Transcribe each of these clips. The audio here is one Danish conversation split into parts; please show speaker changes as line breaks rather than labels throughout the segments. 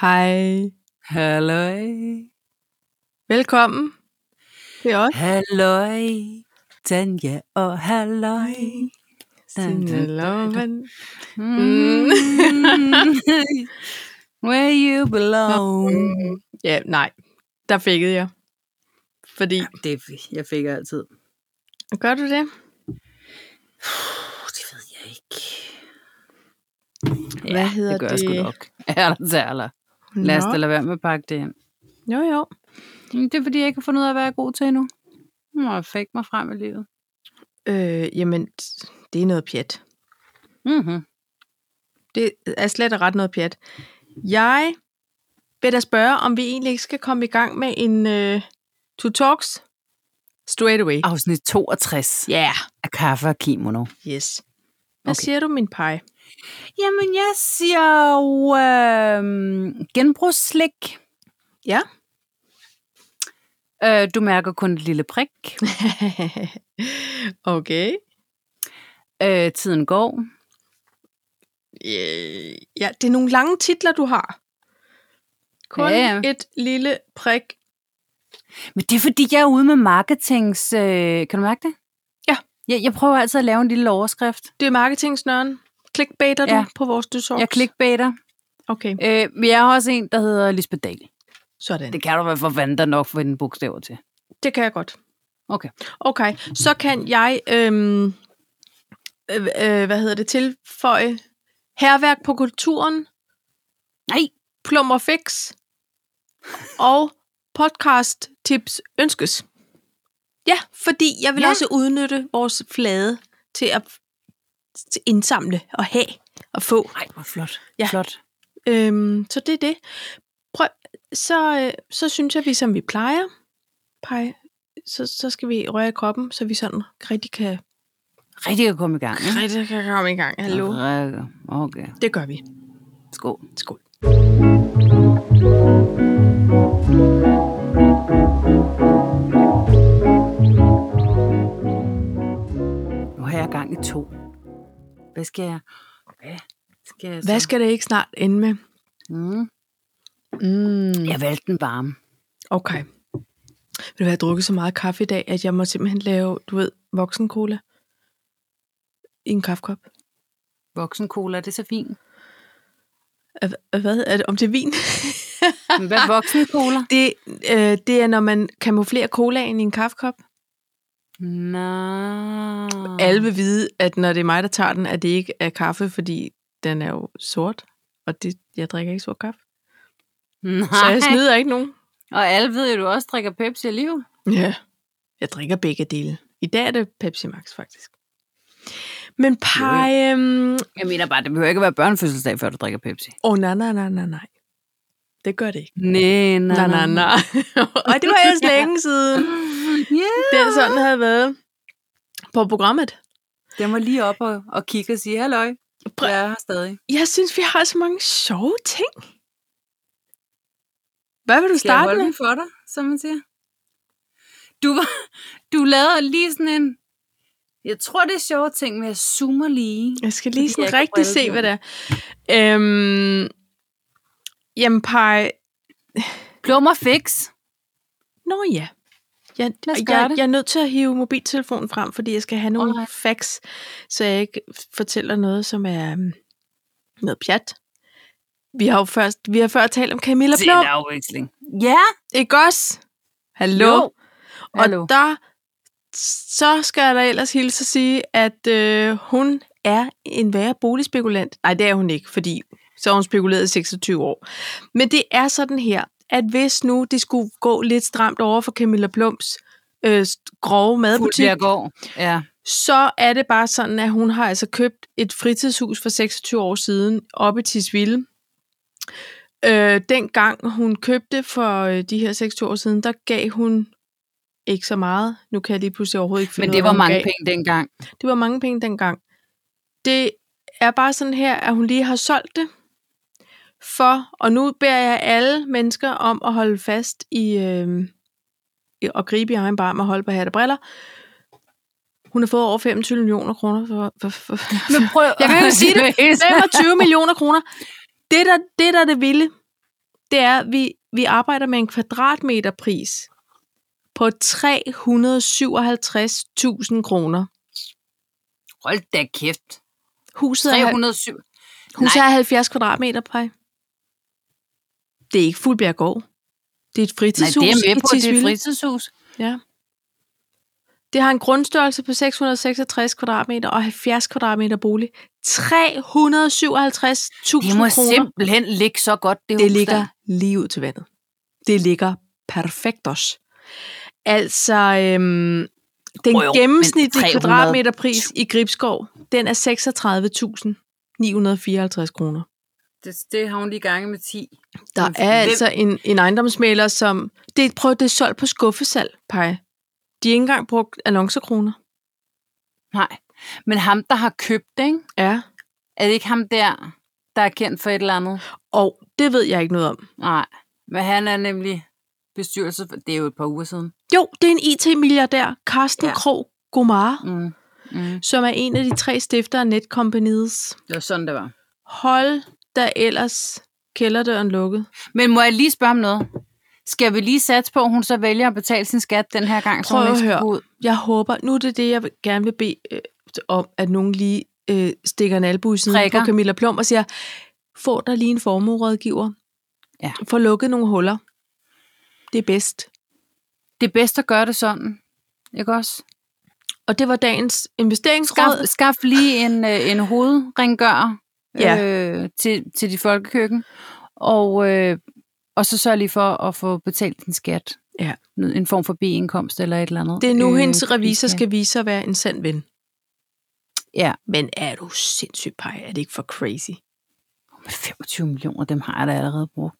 Hej.
Halløj.
Velkommen. Det er os.
Halløj. Tanja og halløj. Dun, dun,
Signe
dun,
Loven.
Mm. Where you belong.
Ja, nej. Der fækkede jeg. Fordi,
Det, jeg fik altid.
gør du det?
Puh, det ved jeg ikke.
Hvad hedder
det? gør jeg sgu
det?
nok. Ærlig til ærlig. Lad os da lade være med at pakke det ind.
Jo, jo.
Mm, Det er fordi, jeg ikke har fundet ud af, hvad jeg er god til endnu. Må jeg fik mig frem i livet.
Øh, jamen, det er noget pjat.
Mm-hmm.
Det er slet og ret noget pjat. Jeg vil da spørge, om vi egentlig ikke skal komme i gang med en øh, to talks straight away.
Afsnit 62
Ja, yeah.
af Kaffe og Kimono.
yes. Hvad
Okay.
siger du, min pej?
Jamen, jeg siger jo øh, genbrugsslik.
Ja.
Øh, du mærker kun et lille prik.
okay.
Øh, tiden går.
Øh, ja, det er nogle lange titler, du har. Kun
Ja,
ja,
ja.
ja. et lille prik.
Men det er, fordi jeg er ude med marketings... Øh, kan du mærke det?
Ja.
Jeg, jeg prøver altid at lave en lille overskrift.
Det er marketingsnøren. Clickbaiter ja.
Ja.
du på vores dysorgs?
Jeg clickbaiter.
Okay,
Øh, men jeg har også en, der hedder Lisbeth Dahl.
sådan. Det,
Det kan du være for vand, der nok finde bogstaver til.
det kan jeg godt.
Okay.
Okay, så kan jeg, øhm, øh, øh, hvad hedder det, tilføje herværk på kulturen,
Nej,
plummer fix og podcast tips ønskes. Ja, fordi jeg vil ja.
Ja.
også udnytte vores flade til at til indsamle og have og få.
nej, hvor flot.
Ja.
Flot.
Øhm, så det er det. Prøv, så, øh, så synes jeg, vi som vi plejer, pej, så, så skal vi røre i kroppen, så vi sådan rigtig kan,
Rigtig at komme i gang. ikke?
rigtig kan komme i gang. Hallo.
Rigtig. Okay,
Det gør vi.
skål.
Skål.
Nu har jeg gang i to. Hvad skal jeg... Hvad skal jeg så?
Hvad skal det ikke snart ende med?
Mm.
Mm.
Jeg valgte den varme.
Okay. Ved du hvad, jeg har drukket så meget kaffe i dag, at jeg må simpelthen lave, du ved, voksen cola i en kaffekop.
Voksen cola, det er så fint.
Er- er- Hvad er det? Om det er vin?
Men hvad er voksen cola?
Det, øh, det er, når man kamuflerer colaen i en kaffekop.
Nå.
Mm. Alle vil vide, at når det er mig, der tager den, at det ikke er kaffe, fordi den er jo sort, og det, jeg drikker ikke sort kaffe. Så
Nej.
jeg snyder ikke nogen.
Og alle ved jo, du også drikker Pepsi alligevel.
Ja. Jeg drikker begge dele. I dag er det Pepsi Max, faktisk. Men pej... Øhm,
Jeg mener bare, det behøver ikke være børnefødselsdag, før du drikker Pepsi.
Åh, oh, nej, nej, nej, nej, nej. Det gør det ikke.
Nej, nej,
Nej, nej, nej. Og det var ellers længe siden.
Yeah.
Det er sådan, det havde været på programmet.
Den var lige op og, og kigge og sige, halløj,
Prøv-
jeg er her stadig.
Jeg synes, vi har så mange sjove ting. Hvad vil du
Skal jeg
starte
holde
med?
den for dig, som man siger? Du, var, du lavede lige sådan en... Jeg tror, det er sjove ting, men jeg zoomer lige.
Jeg skal lige
Fordi jeg
sådan
ikke har
rigtig se,
briller på.
hvad det er. Øhm, jamen, Paj...
Plummer fix.
Nå ja. Jeg,
Lad os
jeg,
gøre
jeg,
det.
jeg er nødt til at hive mobiltelefonen frem, fordi jeg skal have nogle
Alright.
facts, så jeg ikke fortæller noget, som er øhm, noget pjat. Vi har jo først, vi har før talt om Camilla
Det er
Plum,
en afveksling. Ja.
ikke også? Hallo?
Jo.
Og der, så skal jeg da ellers hilse at sige, at øh, hun er en værre boligspekulant. Nej, det er hun ikke, fordi så har hun spekuleret i 26 år. Men det er sådan her, at hvis nu det skulle gå lidt stramt over for Camilla Plums øh, st- grove madbutik,
jeg går. Ja.
så er det bare sådan, at hun har altså købt et fritidshus for 26 år siden oppe i Tisvilde. Øh, dengang hun købte for øh, de her 26 år siden, der gav hun ikke så meget. Nu kan jeg lige pludselig overhovedet ikke finde
Men
ud af,
det
hvad
var
hun
mange
gav.
penge dengang.
Det var mange penge dengang. Det er bare sådan her, at hun lige har solgt det for, og nu beder jeg alle mennesker om at holde fast i, øh, og gribe i egen barm og holde på hat og briller. Hun har fået over 25 millioner kroner for, for, for,
Men prøv,
Jeg kan ikke sige det.
det.
25 millioner kroner. Det der, det der er det vilde, det er, at vi, vi arbejder med en kvadratmeterpris på 357.000 kroner.
Hold da kæft.
Huset er,
307.
huset
Nej.
er 70 kvadratmeter, Paj. Det er ikke Fuldbjerggård. Det er et
Nej,
fritidshus
det er jeg med
i
på, det er et
Tisvilde.
fritidshus.
Ja. Det har en grundstørrelse på 666 kvadratmeter og 70 kvadratmeter bolig. 357.000
Det må
kroner.
simpelthen ligge så godt, det,
Det
hus
ligger
Der.
lige ud til vandet. Det ligger perfekt også. Altså, øhm, den
Jo, jo, men
gennemsnitlige
300.000.
kvadratmeterpris i Gribskov, den er 36.954 kroner.
Det, det har hun lige gange med 10.
Der
Men
er
hvem-
altså en, en ejendomsmaler, som... Det, prøv, det er solgt på skuffesalg, Paj. De har ikke engang brugt annoncekroner.
Nej. Men ham, der har købt det, ikke?
Ja.
er det ikke ham der, der er kendt for et eller andet?
Og det ved jeg ikke noget om.
Nej. Men han er nemlig bestyrelse for... Det er jo et par uger siden.
Jo, det er en IT-milliardær, Carsten ja.
Ja.
Krog Gomar,
Mm. Mm.
som er en af de tre stifter af Netcompanies.
Det var sådan, det var.
Hold da ellers kælderdøren lukket.
Men må jeg lige spørge om noget? Skal vi lige satse på, at hun så vælger at betale sin skat den her gang, så
Prøv
hun
at
ikke skal
høre.
gå ud?
Jeg håber, nu er det det, jeg vil- gerne vil bede øh, om, at nogen lige øh, stikker en albu i siden
Prikker.
på Camilla Plum og siger, få dig lige en formuerådgiver.
Ja.
Få lukket nogle huller. Det er bedst.
Det er bedst at gøre det sådan. Ikke også?
Og det var dagens investeringsråd.
Skaf, skaf lige en, øh, en hovedrengør
Ja.
øh, til, til dit folkekøkken, og, øh, og så sørg lige for at få betalt din skat.
Ja.
En form for B-indkomst eller et eller andet.
Det er nu, øh,
Øh,
hendes revisor
biskat.
skal vise sig at være en sand ven.
Ja.
Men er du sindssygt pej? Er det ikke for crazy?
Men 25 millioner, dem har jeg da allerede brugt.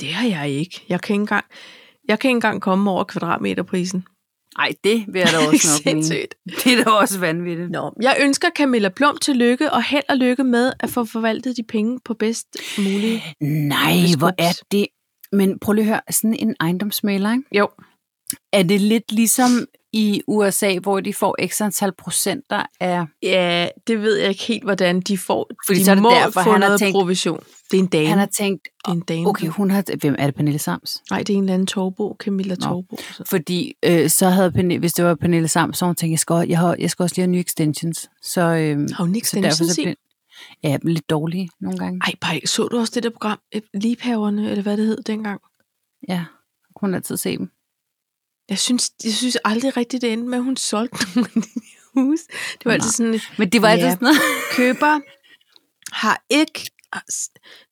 Det har jeg ikke. Jeg kan ikke engang, jeg kan ikke engang komme over kvadratmeterprisen.
Nej, det vil jeg da
Det er
også nok mene.
sindssygt.
Det er da også vanvittigt.
Nå, jeg ønsker Camilla Plum tillykke og held og lykke med at få forvaltet de penge på bedst mulige.
Nej,
Hvis
hvor
Gups-
er det... Men prøv lige at høre, sådan en ejendomsmæler, ikke?
Jo.
er det lidt ligesom i USA, hvor de får ekstra antal procenter af...
Ja, det ved jeg ikke helt, hvordan de får.
Fordi
de
så er det
må
derfor,
få
han har
noget
tænkt-
provision. Det er en dame.
Han har
Er...
tænkt,
Det er en dame.
okay, hun har... Hvem er det, Pernille Sams?
Nej, det er en eller anden Torbo, Camilla
Nå.
Torbo. Så.
Fordi øh, så havde Pernille, hvis det var Pernille Sams, så havde hun tænkt, jeg skal, jeg, har, jeg skal også lige have nye extensions. Så, øh,
Har hun ikke
så derfor
extensions
så
i?
blev, Ja, lidt dårlige nogle gange.
Ej, Paj, så du også det der program, øh, Liebhaverne, eller hvad det hed dengang?
Ja, kunne hun altid se dem.
Jeg synes, jeg synes aldrig rigtigt, det endte med, at hun solgte nogle af de hus. Det var
Nej.
altid sådan, at
Men det var
Ja.
altid sådan noget.
køber har ikke,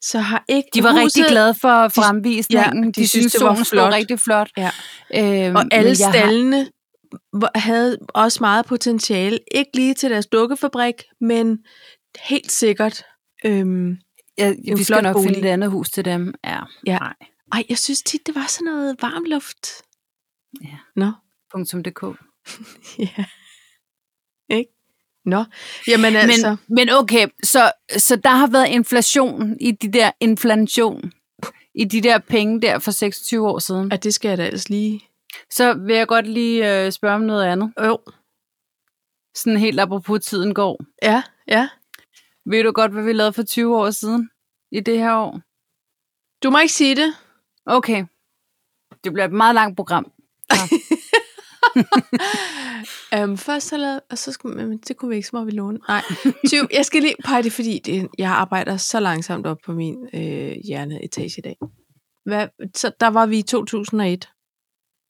så har ikke
De var
huset,
Huset, rigtig glade for fremvisningen.
ja, de
Ja, de, de
syntes,
synes,
det var
solen stod
flot.
rigtig flot.
Ja.
Øhm,
Og alle
men jeg har-
stallene var- havde også meget potentiale. Ikke lige til deres dukkefabrik, men helt sikkert. Øhm,
Ja,
en
vi
flot
skal nok bolig.
bolig.
finde et andet hus til dem. Ja.
Ja.
Nej.
ej, jeg synes tit, det var sådan noget varmluft.
Ja.
Nå.
.dk.
Ja. Ikke? Nå. Jamen altså. Men,
Men, men okay, så, så der har været inflation i de der inflation i de der penge der for 26 år siden.
at det skal jeg da ellers lige...
Så vil jeg godt lige øh, spørge om noget andet.
Jo.
Sådan helt apropos tiden går.
Ja, ja.
Ved du godt, hvad vi lavede for 20 år siden i det her år?
Du må ikke sige det.
Okay. Det bliver et meget langt program.
Um, først så lavede, og så skulle, men det kunne vi ikke, så må vi låne. Nej, 20, jeg skal lige pege det, fordi det, jeg arbejder så langsomt op på min øh, hjerneetage i dag. Hvad, så der var vi i 2001.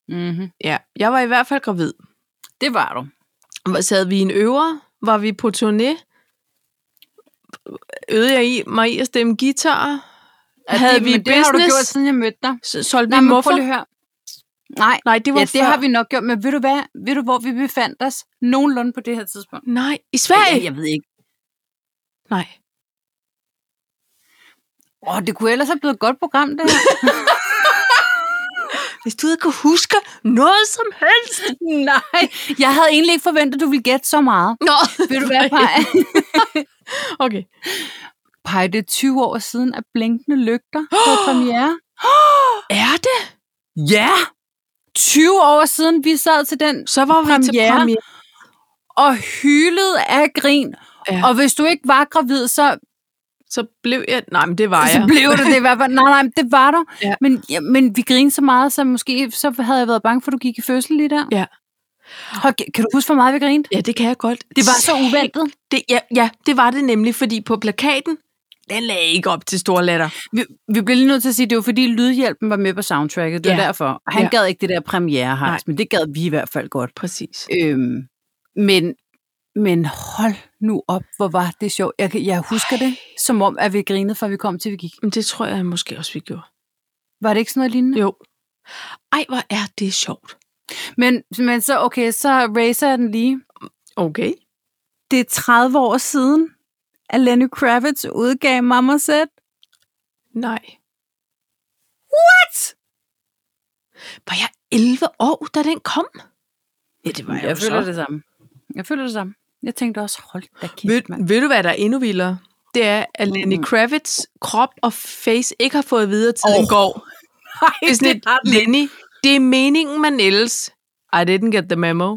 Mm-hmm.
Ja, jeg var i hvert fald gravid.
Det var du.
Hvor sad vi i en øver? Var vi på turné? Øvede jeg i, mig i at stemme guitar?
Ja,
Havde
det,
vi
men det har du
business?
gjort, siden jeg mødte dig.
Så solgte
Nej,
vi
men prøv lige
muffer?
at høre. Nej,
Nej, det var
ja, det
før.
har vi nok gjort, men ved du hvad? Ved du, hvor vi befandt os? Nogenlunde på det her tidspunkt.
Nej, i Sverige?
Jeg, jeg ved ikke.
Nej.
Åh, det kunne ellers have blevet et godt program, det her.
Hvis du ikke kunne huske noget som helst.
Nej, jeg havde egentlig ikke forventet, at du ville gætte så meget.
Nå,
Ved du hvad, Paj?
Okay.
Paj, det er 20 år siden, at Blinkende Lygter havde premiere.
Er det?
Ja! 20 år siden, vi sad til den
Så var vi til
Premiere.
premiere.
og hylede af grin.
Ja.
Ja. Og hvis du ikke var gravid, så
Så blev jeg... Nej, men det var
Så
jeg.
blev du det i hvert fald. Nej, nej, men det var du.
Ja.
Ja. Men, ja, men vi grinede så meget, så måske så havde jeg været bange for, at du gik i fødsel lige der.
Ja.
Hold, kan- kan du huske, hvor meget vi grinede?
Ja, det kan jeg godt.
Det var så uventet.
Det, ja, ja, det var det nemlig, fordi på plakaten, den lagde ikke op til store latter.
Vi, vi bliver lige nødt til at sige, at det var fordi Lydhjælpen var med på soundtracket. Det var
Ja.
derfor. Han
Ja.
ja. gad ikke det der premiere
Nej.
men det gad vi i hvert fald godt.
Præcis.
Øhm, men, men hold nu op, hvor var det sjovt. Jeg, kan- jeg husker det, som om, at vi grinede, fra vi kom til, vi gik.
Men det tror jeg måske også, vi gjorde.
Var det ikke sådan noget lignende?
Jo. Ej, hvor er det sjovt.
Men, men så, okay, så racer jeg den lige.
Okay.
Det er 30 år siden, at Lenny Kravitz udgav Mama Said.
Nej. What? Var jeg 11 år, da den kom? Ja, det var jeg, jeg jo så.
det samme. Jeg føler det samme. Jeg tænkte også, hold da kæft, mand.
Ved, ved du, hvad der er endnu vildere? Det er, at Lenny
Mm.
Kravitz krop og face ikke har fået videre til, den
Åh,
går.
Nej,
Det er sådan lidt, Lenny, det er meningen, man ældes. I didn't get the memo.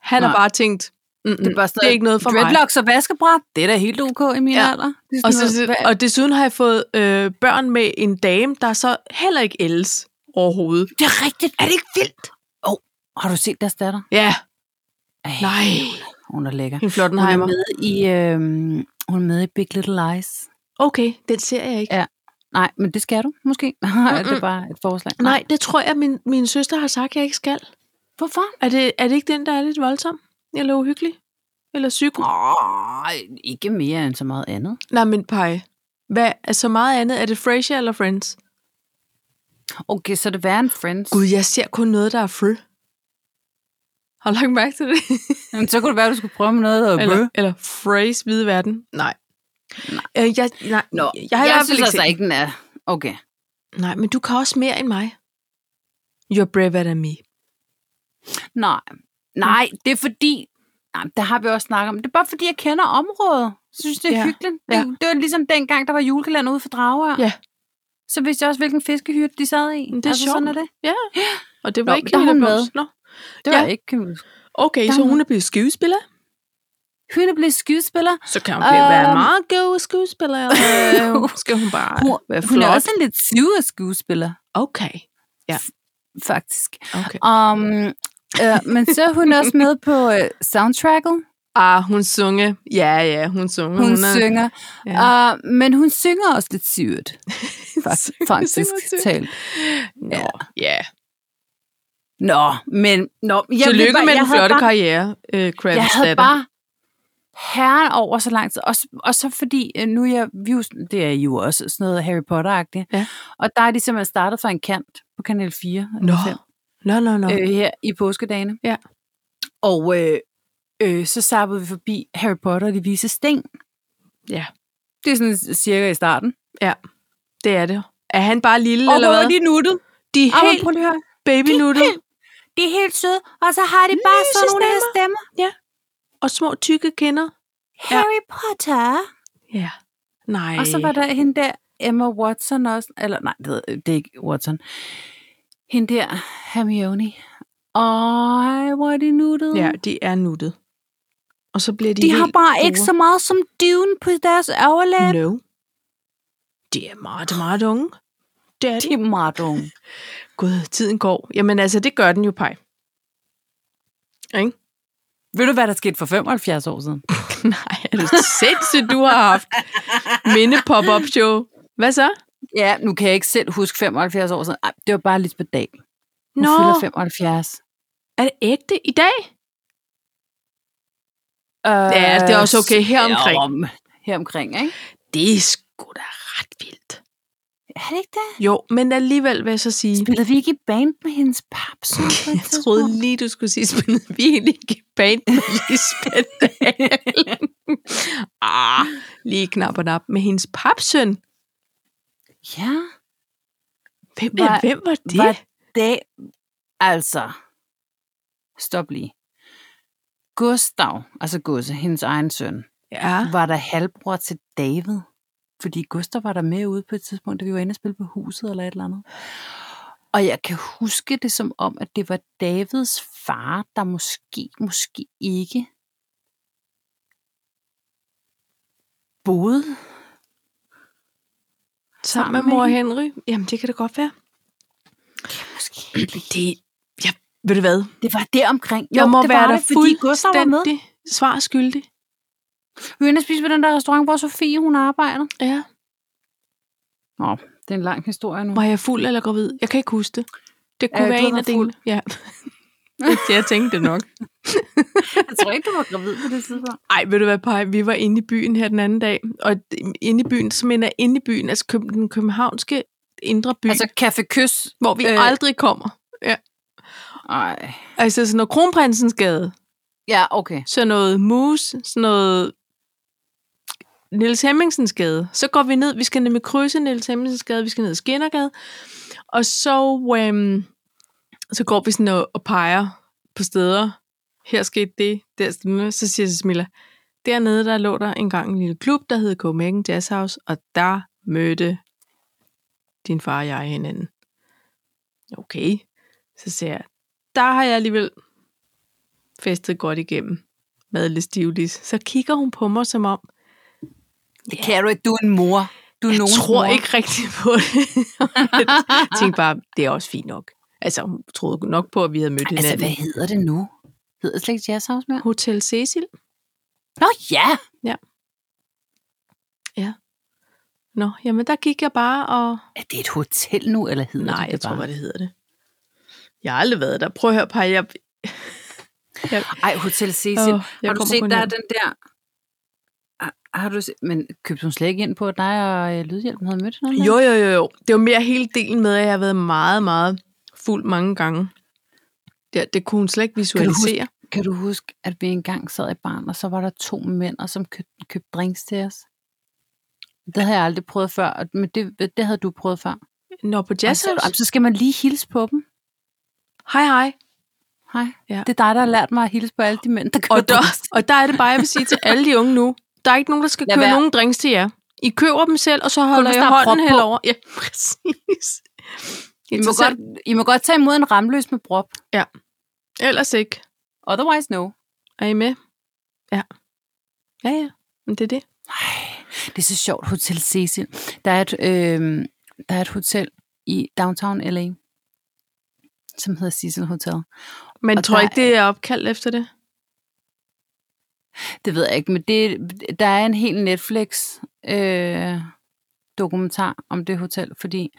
Han har
Nej.
bare tænkt, det
Det er, bare
det er ikke noget for mig.
dreadlocks og vaskebræt, det er da helt ok i min
Ja.
ja. alder. Det er
Og,
sådan
så,
noget, hvad-
og desuden har jeg fået øh, børn med en dame, der så heller ikke ældes overhovedet.
det er rigtigt.
Er det ikke vildt?
Har du set deres datter?
Ja,
Ej,
nej.
Hun er lækker.
En
Hun er
flottenheimer.
med i, øh, hun er med i Big Little Lies.
Okay, den ser jeg ikke.
Ja. Nej, men det skal du måske. Nej, det
Mm-mm.
er bare et forslag.
Nej, det tror jeg, min, min søster har sagt, jeg ikke skal.
Hvorfor?
Er det, er det ikke den, der er lidt voldsom? Eller uhyggelig? Eller psyko?
Oh, ikke mere end så meget andet.
Nej, men pej. Hvad er så meget andet? Er det Frasier eller Friends?
Okay, så det var en Friends.
Gud, jeg ser kun noget, der er frø. Har du lagt mærke til det?
Jamen, så kunne det være, at du skulle prøve med noget. Der
eller, eller Frays Hvide Verden? Nej. Nej. Øh, jeg, nej,
Nå,
jeg har i hvert fald
synes
ikke
altså
set-
ikke, den er. Okay.
Nej, men du kan også mere end mig. You're braver than me.
Nej. Nej, det er fordi... Nej, der har vi også snakket om. Det er bare fordi, jeg kender området. Jeg synes, det er
Ja,
ja. hyggeligt. Det,
ja.
det var ligesom dengang, der var julekalender ude for drager.
Ja.
Så vidste jeg også, hvilken fiskehyrde de sad i.
Men det er
altså, sådan er
sjovt.
det.
Og det var
Nå,
ikke
men der er
Camilla
hun
Blums. Nå.
Det
Ja.
var ja. ikke Camilla.
Okay,
Der
så
er
hun
hun.
er blevet skuespiller?
Hun blev skuespiller.
Så kan hun blive- være
Øhm.
meget god skuespiller, eller øh, skal hun bare være
Hun er
flot?
også en lidt syret skuespiller,
Okay,
faktisk.
okay.
Um, øh, men så er hun også med på øh, soundtracket.
Ah, hun sunge. Ja, ja, hun sunge.
Hun
er-
synger.
Ja.
Ja. Uh, men hun synger også lidt syret, faktisk,
Synger-
faktisk
synger syret.
talt.
Nå, ja.
Nå, men... Nå, jeg
Tillykke med den
jeg havde
flotte
bare,
karriere, øh, Kravitz
Jeg havde
datter.
bare herren over så lang tid. Og, s- og så fordi, øh, nu er jeg, vi er jo, sådan- det er jo også sådan noget Harry Potter-agtigt.
Ja.
Og der er de simpelthen startet fra en kant på Kanal 4. eller
Nå,
5.
nå, nå, nå.
øh, her i påskedagene.
Ja.
Og øh, øh, så sappede vi forbi Harry Potter og de vise sten.
Ja.
Det er sådan cirka i starten.
Det er det. Er han bare lille,
Og
eller
hvor
hvad?
er de nuttet?
de er
Ah, men
helt
prøv lige at høre.
babynuttet,
De er helt søde, og så har de bare sådan nogle her
Lysestemmer.
stemmer.
og små tykke kinder.
Harry Potter.
Ja. Nej.
Og så var der hende der, Emma Watson også. Eller nej, det, ved- det er ikke Watson. Hende der, Hermione. Ej, hvor er de nuttede.
Ja, de er nuttet. Og så bliver de
de
helt
har bare
store.
ikke så meget som dyven på deres overlæb.
No. Øhm. De er meget, meget unge. Det er de.
De er meget unge.
Gud, tiden går. Jamen altså, det gør den jo, Pej. Ikke?
Ved du, hvad der skete for 75 år siden?
Nej, er det sindssygt, du har haft minde pop-up show. Hvad så?
Ja, nu kan jeg ikke selv huske 75 år siden. Ej, det var bare lidt på dag. Hun
Nå,
fylder 75.
er det ægte i dag?
Øh,
Ja, det er også okay heromkring.
Herom, heromkring, ikke?
Det er sgu da ret vildt.
Er det ikke det?
Jo, men alligevel vil jeg så sige,
Spillede vi ikke i band med hendes paps?
jeg troede lige, du skulle sige, spillede vi egentlig ikke i band med Lisbeth Dahl? ah, lige knap og nap med hendes papsøn.
Ja,
Hvem, var,
Var-
hvem var det?
var det... Altså... Stop lige. Gustav, altså Gusse, hendes egen søn,
ja.
var der halvbror til David. Fordi Gustav var der med ude på et tidspunkt, da vi var inde og spille på huset eller et eller andet. Og jeg kan huske det som om, at det var Davids far, der måske, måske ikke boede
sammen med mor Henry? Jamen, det kan det godt være.
Måske ikke lige.
Det, jeg, ved du hvad?
Det var det omkring.
Jeg må
det
være
var
der
det, fordi Gustav var med.
fuldstændig svar skyldig.
Vi var inde og spise ved den der restaurant, hvor Sofie hun arbejder.
Ja.
Det er en lang historie nu.
Var jeg fuld eller gravid? Jeg kan ikke huske det. Det kunne
Øh,
være
du
en
var
af delene. Ja. jeg tænkte det nok.
Jeg tror ikke, du var gravid på det tidspunkt.
Ej, ved du hvad, Paj? Vi var inde i byen her den anden dag, og inde i byen, som er inde i byen, altså Køb- den københavnske indre by,
Altså,
altså,
Café Kys.
hvor vi øh,
øh,
aldrig kommer.
Ej.
Altså sådan noget Kronprinsens Gade,
Ja, okay.
så noget Moose, sådan noget Niels Hemmingsens Gade. Så går vi ned, vi skal nemlig krydse Niels Hemmingsens Gade, vi skal ned ad Skinnergade, og så, øhm, så går vi sådan og, og peger på steder. Her skete det, der stemme. Så siger Smilla, dernede der lå der engang en lille klub, der hed Copenhagen Jazz House, og der mødte din far og jeg hinanden. Okay, så siger jeg, der har jeg alligevel festet godt igennem. Madle Stivlis. Så kigger hun på mig som om,
Det kan du ikke. Du er en mor. Du er
jeg
nogens
tror
mor.
ikke rigtigt på det. jeg tænkte bare, det er også fint nok. Altså, hun troede nok på, at vi havde mødt hinanden.
Altså, hvad hedder det nu? Hedder det slet ikke Jazz House mere?
Hotel Cecil?
Nå ja!
Nå, jamen der gik jeg bare og...
Er det et hotel nu, eller hedder
Nej,
det
jeg
det
tror,
bare?
hvad det hedder det. Jeg har aldrig været der. Prøv at høre, Paj. Jeg... jeg...
Ej, Hotel Cecil.
Åh,
Oh,
jeg
har du
kommer
set,
kun
der er
hjem.
den der... Har- Har du set... Men købte hun slet ikke ind på, at dig og øh, Lydhjælpen havde mødt hinanden?
Jo, jo, jo, jo. Det var mere hele delen med, at jeg har været meget, meget fuld mange gange. Det, det kunne hun slet ikke
du huske-
visualisere.
Kan du huske, at vi engang sad i barn, og så var der to mænd, og som købte, købte drinks til os? Det havde jeg aldrig prøvet før, og- men det, det havde du prøvet før.
Nå, på
Og
Jazz
så,
House.
jamen, så skal man lige hilse på dem.
Hej, hej.
Hej.
Ja.
Ja. Det er dig, der har lært mig at hilse på alle de mænd, der køber
Og der,
drinks.
og der er det bare, jeg vil sige til alle de unge nu, der er ikke nogen, der skal
Lad
købe
være.
nogen drinks til jer. I køber dem selv, og så holder
hvis
jeg
der er
hånden
prop
hen
på.
over. Ja, præcis.
I må, godt, I må godt tage imod en ramløs med brop.
Ellers ikke.
Otherwise no.
Er I med? Ja. Ja, ja. Men det er det.
Det er så sjovt, Hotel Cecil. Der er et, øh, der er et hotel i downtown LA, som hedder Cecil Hotel.
Men
Og
tror
der
ikke, det er opkaldt efter det?
Det ved jeg ikke, men det, der er en hel Netflix øh, dokumentar om det hotel, fordi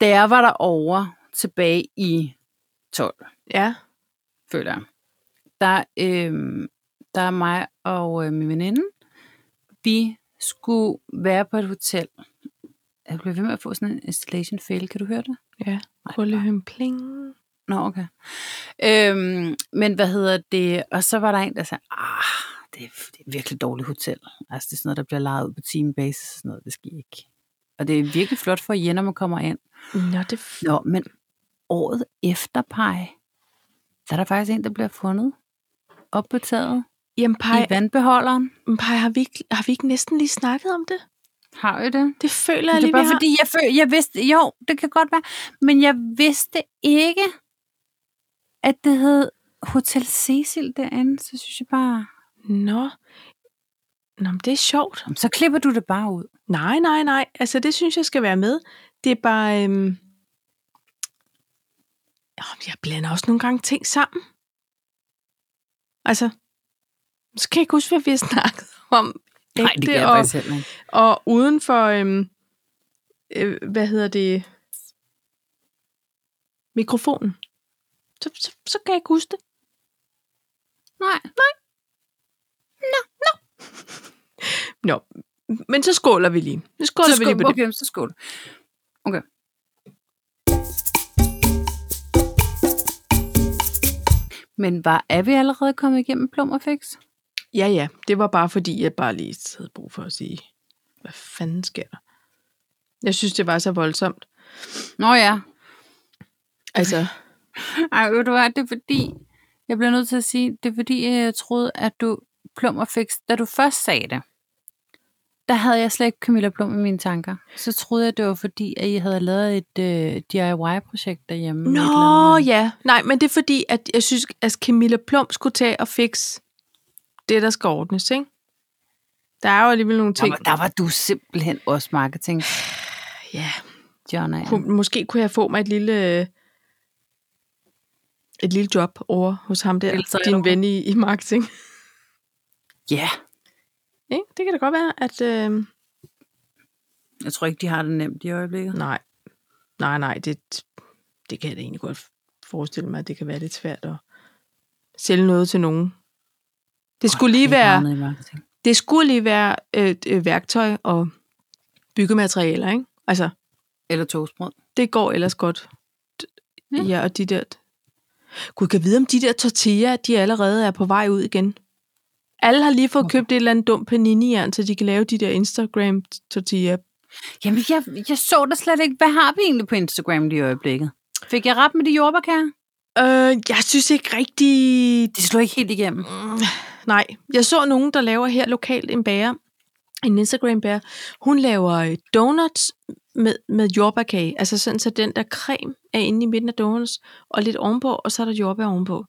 da jeg var derovre tilbage i 12,
Ja.
føler jeg, der, øh, der er mig og øh, min veninde, vi skulle være på et hotel. Jeg blev ved med at få sådan en installation fail, kan du høre det?
Ja.
Nej,
Prøv lige at høre en pling.
Nå, okay. Øhm, men hvad hedder det? Og så var der en, der sagde, ah, det er, det er et virkelig dårligt hotel. Altså, det er sådan noget, der bliver lejet ud på timebasis og sådan noget. Det skal I ikke. Og det er virkelig flot for jer, når man kommer ind.
Nå, det... F-
Nå, men året efter, Paj, der er der faktisk en, der bliver fundet op på taget
Jamen,
Ej.
Paj,
i vandbeholderen.
men Paj har, vi ikke, har vi ikke næsten lige snakket om det?
Har I det?
Det føler jeg
Det er
lige, vi
bare
har.
fordi, jeg, føl- jeg vidste, jo, det kan godt være, men jeg vidste ikke, at det hed Hotel Cecil derinde, så synes jeg bare,
Nå. Nå, men det er sjovt.
Jamen, så klipper du det bare ud.
Nej, nej, nej. Altså, det synes jeg skal være med. Det er bare... Øhm... Jamen, Jeg blander også nogle gange ting sammen. Altså, så kan jeg ikke huske, hvad vi har snakket om. Ægte og,
heller ikke.
og uden for, øhm, øh, hvad hedder det, mikrofonen. Så, så, så kan jeg ikke huske det.
Nej.
Nå, men så skåler vi lige. Nu skåler vi lige på det.
okay, så skål. Okay. Men var, er vi allerede kommet igennem Plummerfix?
Ja, ja. Det var bare fordi, jeg bare lige havde brug for at sige, hvad fanden sker der? Jeg synes, det var så voldsomt.
Nå ja.
Altså,
Ej, ved du hvad, det er fordi, jeg bliver nødt til at sige, det er fordi, øh, jeg troede, at du Plummerfix, da du først sagde det, der havde jeg slet ikke Camilla Plum i mine tanker. Så troede jeg, det var fordi, at I havde lavet et øh, DIY-projekt derhjemme. med et eller
nå
andet.
ja. Nej, men det er fordi, at altså, jeg synes, at Camilla Plum skulle tage og fikse det, der skal ordnes, ikke? Der er jo alligevel nogle
Der
ting.
var, der var du simpelthen også marketing,
Ja,
Jonna.
kunne, måske kunne jeg få mig et lille øh, et lille job over hos ham der,
Ellers er jeg
din
over.
ven i, i marketing.
Ja,
Ikke? Det kan da godt være, at... Øh,
jeg tror ikke, de har det nemt i øjeblikket.
nej, nej, nej, det, det kan jeg da egentlig godt forestille mig, at det kan være lidt svært at sælge noget til nogen. Det skulle lige være... det skulle lige være et, et værktøj og byggematerialer, ikke? Altså,
Eller togsprød.
det går ellers godt. Ja,
Ja.
ja og de der... Gud, kan vide, om de der tortilla, de allerede er på vej ud igen. Alle har lige fået købt et eller andet dumt panini så de kan lave de der Instagram-tortilla.
Jamen, jeg, jeg så da slet ikke. Hvad har vi egentlig på Instagram lige i øjeblikket? Fik jeg ret med de jordbærkager?
Øh, jeg synes ikke rigtig...
De slog ikke helt igennem.
Mm, Nej, jeg så nogen, der laver her lokalt en bager, en Instagram-bager. Hun laver øh, donuts med, med jordbærkage, altså sådan, så den der creme er inde i midten af donuts, og lidt ovenpå, og så er der jordbær ovenpå.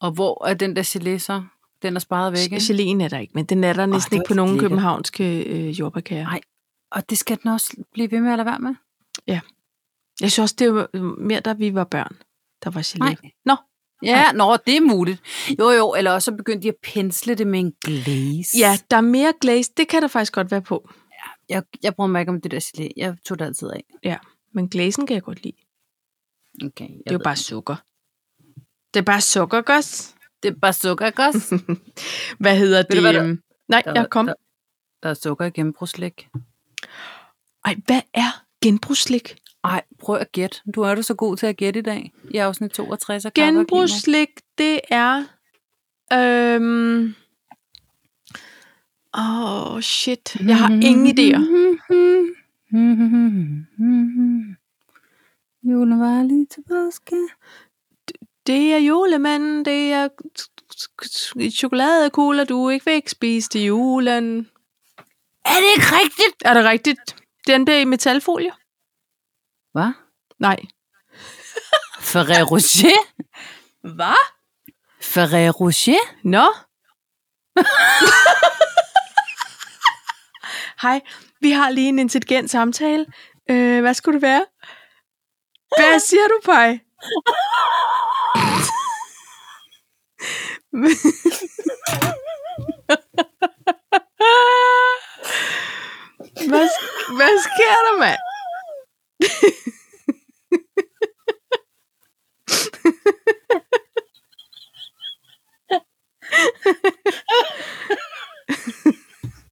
Og hvor er den der gelé så? Den er sparet væk, ikke?
Geléen er der ikke, men den er der næsten
det
ikke
var
på nogen
lækkert.
københavnske øh, jordbærkager.
Ej. Og det skal den også blive ved med at lade være med?
Jeg synes også, det var øh, mere, da vi var børn, der var gelé. Nå.
Ja, nå, det er muligt. Jo, jo, eller også så begyndte de at pensle det med en glaze.
Ja, der er mere glaze, det kan der faktisk godt være på.
Jeg, jeg bruger mig ikke om det der gelé. Jeg tog det altid af.
Men glazen kan jeg godt lide.
Okay, jeg
Det er jo
ved.
bare sukker. Det er bare sukker, gøs.
det er bare sukker, ikke også?
Hvad hedder
du,
det?
hvad der-
øhm, Nej,
Der-
jeg kom.
Der, der er sukker i gennembrugslæg.
Ej, hvad er genbrugsslik?
Ej, prøv at gætte. Du er du så god til at gætte i dag. I afsnit 62 af Kappa og Kimo.
Genbrugsslik, det er... Øhm... Åh, oh, shit. Jeg har
Mhm.
ingen idéer.
Julen var lige til påske.
Det er julemanden, det er chokoladekugler, du ikke vil ikke spise til julen.
Er det ikke rigtigt?
Er det rigtigt? Den der i metalfolie?
Hvad?
Nej.
Ferrero Rocher?
Hvad?
Ferrero Rocher?
Nå? Hej, vi har lige en intelligent samtale. Øh, hvad skulle det være? Hvad siger du, Paj? hvad, sk- hvad sker der, mand?